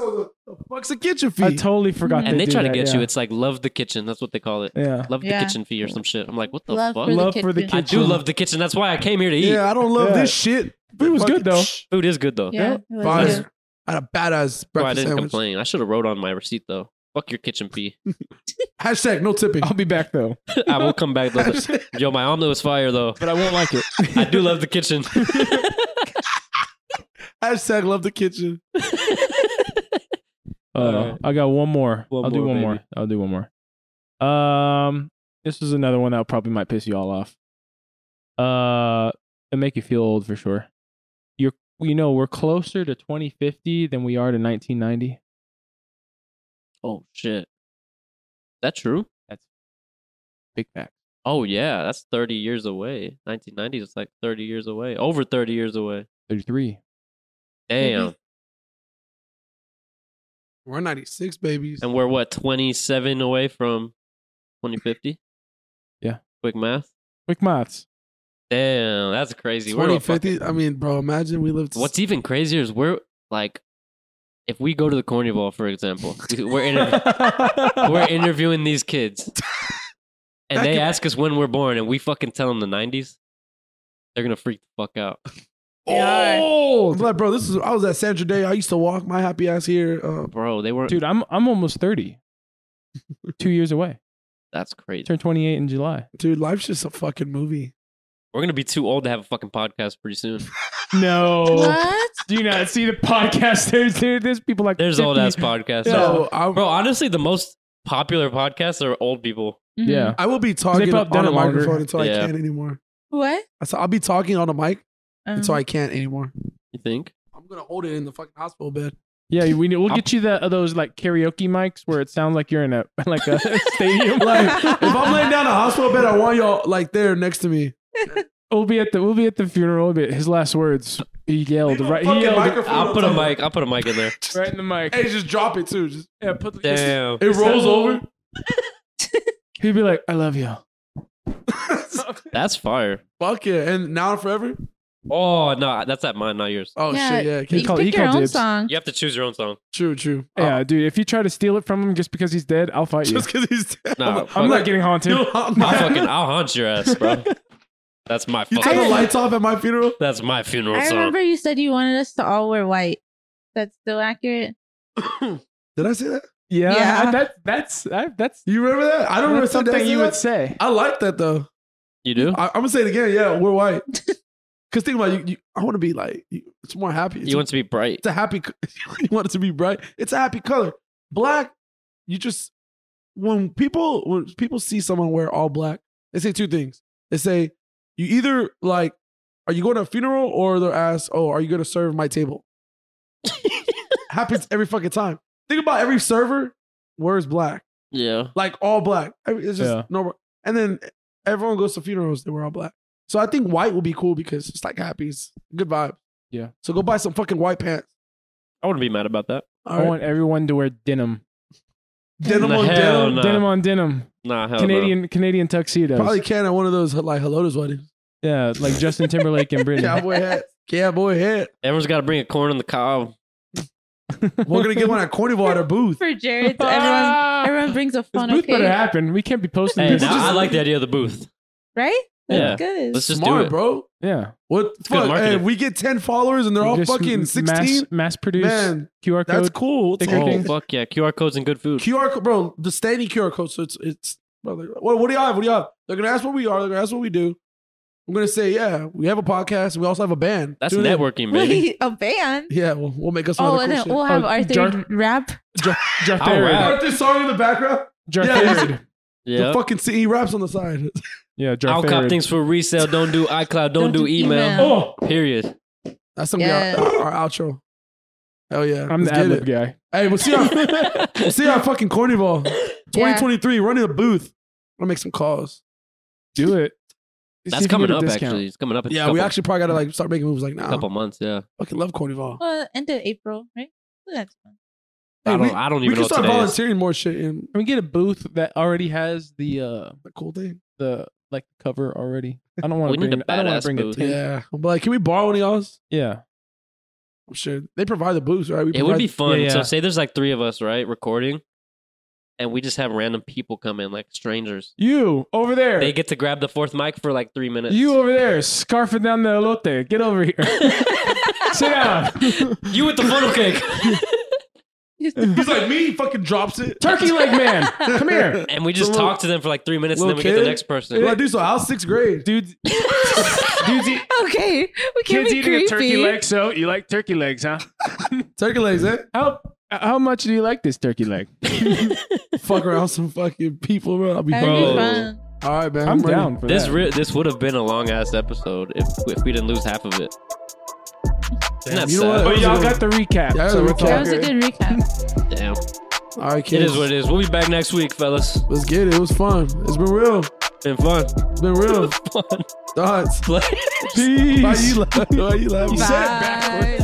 A: the, fuck's a kitchen fee?
C: I totally forgot.
D: Yeah,
B: and
C: they
B: they
C: do
B: try to
C: that,
B: get you.
C: yeah.
B: It's like love the kitchen. That's what they call it.
C: yeah.
B: Love
D: Yeah.
B: the kitchen fee or some shit. I'm like, what the
D: Love
B: fuck?
D: for the
C: Love for the
D: kitchen.
C: kitchen.
B: I do love the kitchen. That's why I came here to eat.
A: yeah, I don't love
C: Yeah.
A: this shit.
C: Food was good, though.
B: Food is good though.
D: Yeah.
C: Yeah.
D: it was
A: Fine.
D: good.
A: I had a badass breakfast
B: Bro, I didn't
A: sandwich.
B: complain. I should have wrote on my receipt though. Fuck your kitchen
C: (laughs)
B: fee. (laughs)
A: Hashtag no tipping.
C: I'll be back though,
B: I will come back
C: (laughs)
B: though.
A: Hashtag-
B: Yo, my omelet was fire though.
C: but I won't like it.
B: I do love the
C: (laughs)
B: kitchen.
A: (laughs)
B: (laughs)
A: Hashtag love the kitchen.
C: Uh, I got one more.
B: One
C: I'll do
B: more,
C: one more.
B: baby.
C: I'll do one more. Um, this is another one that probably might piss you all off. Uh, it make you feel old for sure. You're, you know, we're closer to 2050 than we are to 1990.
B: oh shit. That true?
C: Big fact.
B: Oh yeah, that's 30 years away. 1990s is like 30 years away. Over 30 years away.
C: 33.
B: Damn.
A: We're 96 babies.
B: And we're what 27 away from 2050?
C: Yeah.
B: Quick math.
C: Quick (laughs) maths.
B: Damn, that's crazy. We're a fucking-
A: 2050. I mean, bro, imagine we lived.
B: What's even crazier is we're like if we go to the corny ball for example, (laughs) we- we're interv- we're interviewing these
C: (laughs)
B: kids. And
A: That
B: they
A: could-
B: ask us when we're born and we fucking tell them the 90s. They're going to freak the fuck
C: (laughs)
B: out.
A: old? I'm like, bro, this is. I was at Sandra Day. I used to walk my happy ass here. Uh,
B: Bro, they weren't
C: Dude, I'm I'm almost 30. Two years away.
B: That's crazy.
C: Turn 28 in July.
A: dude, life's just a fucking movie.
B: We're gonna be too old to have a fucking podcast pretty
C: (laughs)
B: soon.
D: (laughs)
C: No.
D: What?
C: Do you not see the podcast? There's, there- there's people like
B: There's old
C: 50.
B: ass podcasts.
C: Yeah.
A: So I,
B: Bro, honestly, the most popular podcasts are old people.
D: Mm-hmm.
C: Yeah.
A: I will be talking
C: probably
A: on
C: done
A: a
C: it longer.
A: microphone until I
B: Yeah.
A: can't anymore.
D: What?
A: I said I'll be talking on a mic
D: Um,
A: until I can't anymore.
B: You think?
A: I'm gonna hold it in the fucking hospital bed.
C: Yeah, we we'll get you the those like karaoke mics where it sounds like you're in a (laughs) like a stadium.
A: (laughs) Like, if I'm laying down in a hospital bed, I want y'all like there next to me.
C: (laughs) We'll be at the we'll be at the funeral. But his last words, he yelled Oh, right. He yelled
B: I'll put a mic. I'll put a mic in there.
C: right in the mic.
A: Hey, just drop it too. Just
C: Yeah, put the-
B: Damn.
A: it rolls over.
C: He'd be like, "I love you."
B: (laughs) That's fire.
A: (laughs) Fuck yeah! And now and forever.
B: Oh no, that's at mine, not yours.
A: Oh
D: Yeah,
A: shit! Yeah,
D: You
A: okay.
C: call-
D: pick
C: you
D: your
C: call
D: own
C: dibs.
D: song.
B: You have to choose your own song.
A: true, true.
C: Yeah,
A: Uh,
C: dude. If you try to steal it from him just because he's dead, I'll fight you.
A: just because he's (laughs) dead.
B: Nah,
A: I'm
B: fuck.
C: I'm not getting haunted.
A: like, I'll
B: I'll fucking I'll haunt your ass, (laughs) bro. That's my
A: (laughs) You turn the
B: fucking.
A: lights off at my
B: (clears throat)
A: funeral.
B: That's my funeral
D: I
B: song.
D: remember you said you wanted us to all wear white. That's still accurate.
A: Did I say that?
C: yeah,
D: Yeah.
C: I- that that's I, that's.
A: You remember that? I don't remember
C: that's
A: something
C: something you
A: you
C: would say.
A: I like that though.
B: You do?
A: I, I'm gonna say it again. Yeah, we're white. Cause think about it, you, you. I want to be like. You, it's more happy. It's,
B: You want to be bright?
A: it's a happy. co- (laughs) you want it to be bright. It's a happy color. Black. You just when people when people see someone wear all black, they say two things. They say you either like, are you going to a funeral or they're asked, oh, are you going to serve my table? Happens every fucking time. Think about every server wears black,
B: Yeah.
A: like all black. I mean, It's just
C: Yeah.
A: normal. And then everyone goes to funerals; they wear all black. So I think white will be cool because it's like happy, it's good vibe.
C: Yeah.
A: So go buy some fucking white pants.
B: I wouldn't be mad about that.
A: All
C: I
A: right.
C: want everyone to wear denim,
A: denim
B: Hell
A: on denim.
B: Nah.
C: denim on denim,
B: Nah, hell no.
C: Canadian Canadian tuxedos.
A: Probably can at one of those like Helota's wedding.
C: Yeah, like Justin Timberlake
A: (laughs)
C: and Britney.
A: Cowboy hat. Cowboy hat.
B: Everyone's got to bring a corn on the cob.
A: We're
C: (laughs)
A: gonna get one at Corny Water booth.
D: (laughs) For Jared, (laughs) everyone, everyone brings a
C: This
D: phone.
C: booth better
D: Okay,
C: happen. We can't be posting
B: Hey,
C: this.
B: now I like the idea of the booth.
D: right?
B: Yeah.
D: That's good. (laughs)
B: Let's just do
A: Smart,
B: it.
A: bro.
C: yeah,
A: What the
B: good
A: fuck? Hey,
B: marketing.
A: we get 10 followers and they're all
C: Just
A: fucking
C: mass-
A: 16.
C: Mass produce
A: Man,
C: QR
A: that's
C: (laughs) code.
A: cool. It's
C: Sticker
A: all-
B: Oh
C: things.
B: fuck yeah! QR codes and good food.
A: QR code, bro. The standing QR code. So it's it's bro, like, what, what do you have? What do you have? They're gonna ask what we are. They're gonna ask what we do. We're gonna say yeah. We have a podcast. We also have a band.
B: That's
A: Tune in.
B: networking, baby.
D: Wait, a band?
A: Yeah, we'll, we'll make us
D: Oh,
A: another cool
D: and then
A: shit.
D: we'll have
C: Oh,
D: Arthur
C: Jar-
D: rap.
B: All
C: Jartharian.
B: right.
A: Heard this song in the background.
C: Jartharian.
A: The
B: (laughs) Yeah.
A: fucking see, he raps on the side.
C: Yeah,
B: I'll cop
C: Jartharian.
B: things for resale. Don't do iCloud. Don't, do email.
A: (laughs)
C: Oh,
B: Period.
A: That's gonna
D: Yes.
A: be our, our outro. Hell yeah.
C: I'm
A: Let's
C: the
A: get
C: ad
A: it.
C: lib guy.
A: Hey, we'll see
C: (laughs)
A: our
B: (laughs)
A: we'll see our fucking corny ball. 2023, running a booth. I'm gonna make some calls.
C: Do (laughs) it. See if
B: That's
C: you
B: coming
C: get a
B: up.
C: discount.
B: Actually, it's coming up. In
A: Yeah,
B: a couple,
A: we actually uh, probably gotta like start making moves like now.
B: couple months. Yeah.
A: Fucking love corny ball.
D: Well, end of April, right? Well, That's
C: (laughs)
D: fun. (laughs)
A: Hey,
B: I don't.
A: we-
B: I don't
A: We
B: even know
A: can
B: what
A: start
B: today is.
A: volunteering more shit in
C: Can we get a booth that already has the uh
A: the cool thing.
C: the like cover already? I don't
B: (laughs)
C: want
B: We
C: to bring.
B: need a
C: I don't want
B: badass
C: to bring
B: booth.
C: a tent.
A: Yeah. I'm like, can we borrow one of y'all's?
C: Yeah.
A: I'm sure they provide the booths, right? We
B: It would be
A: provide-
B: fun.
C: Yeah, yeah.
B: So say there's like three of us, right, recording, and we just have random people come in, like strangers.
C: You over there.
B: They get to grab the fourth mic for like three minutes.
C: you over there, scarfing down the elote. Get over here. Sit down.
B: (laughs) you with the
A: (laughs)
B: funnel cake,
A: He's like me. he Fucking drops it.
C: Turkey leg man. Come (laughs) here.
B: and we just
A: Little-
B: talk to them for like three minutes, and then
A: little
B: we get the
A: kid.
B: next person.
A: Well, I do so. I was sixth grade.
C: Dudes dudes eat,
D: okay, we can
C: kids
D: be
C: eating
D: creepy.
C: a turkey leg, so you like turkey legs, huh?
A: Turkey legs,
B: (laughs)
A: eh?
C: How how much do you like this turkey leg?
A: Fuck around with some fucking people, bro. I'll be
D: That'd
B: Bro.
C: Oh.
D: be fun.
A: All right, man.
C: I'm
A: ready.
C: down for
B: This
C: that.
B: re- this would have been a long ass episode if if we didn't lose half of it. Isn't that
A: You know
B: sad?
A: what?
C: but y'all got the recap.
A: Yeah,
C: so
A: the
C: it's all
D: That was a
C: good.
D: good recap.
B: Damn,
A: All right, kids.
B: it is what it is. We'll be back next week, fellas.
A: Let's get it. It was fun. It's been real.
B: Been fun. (laughs)
A: It's been real.
B: Fun.
A: Thoughts.
B: Pleasure.
A: Why you laugh? Why you laugh?
D: Bye.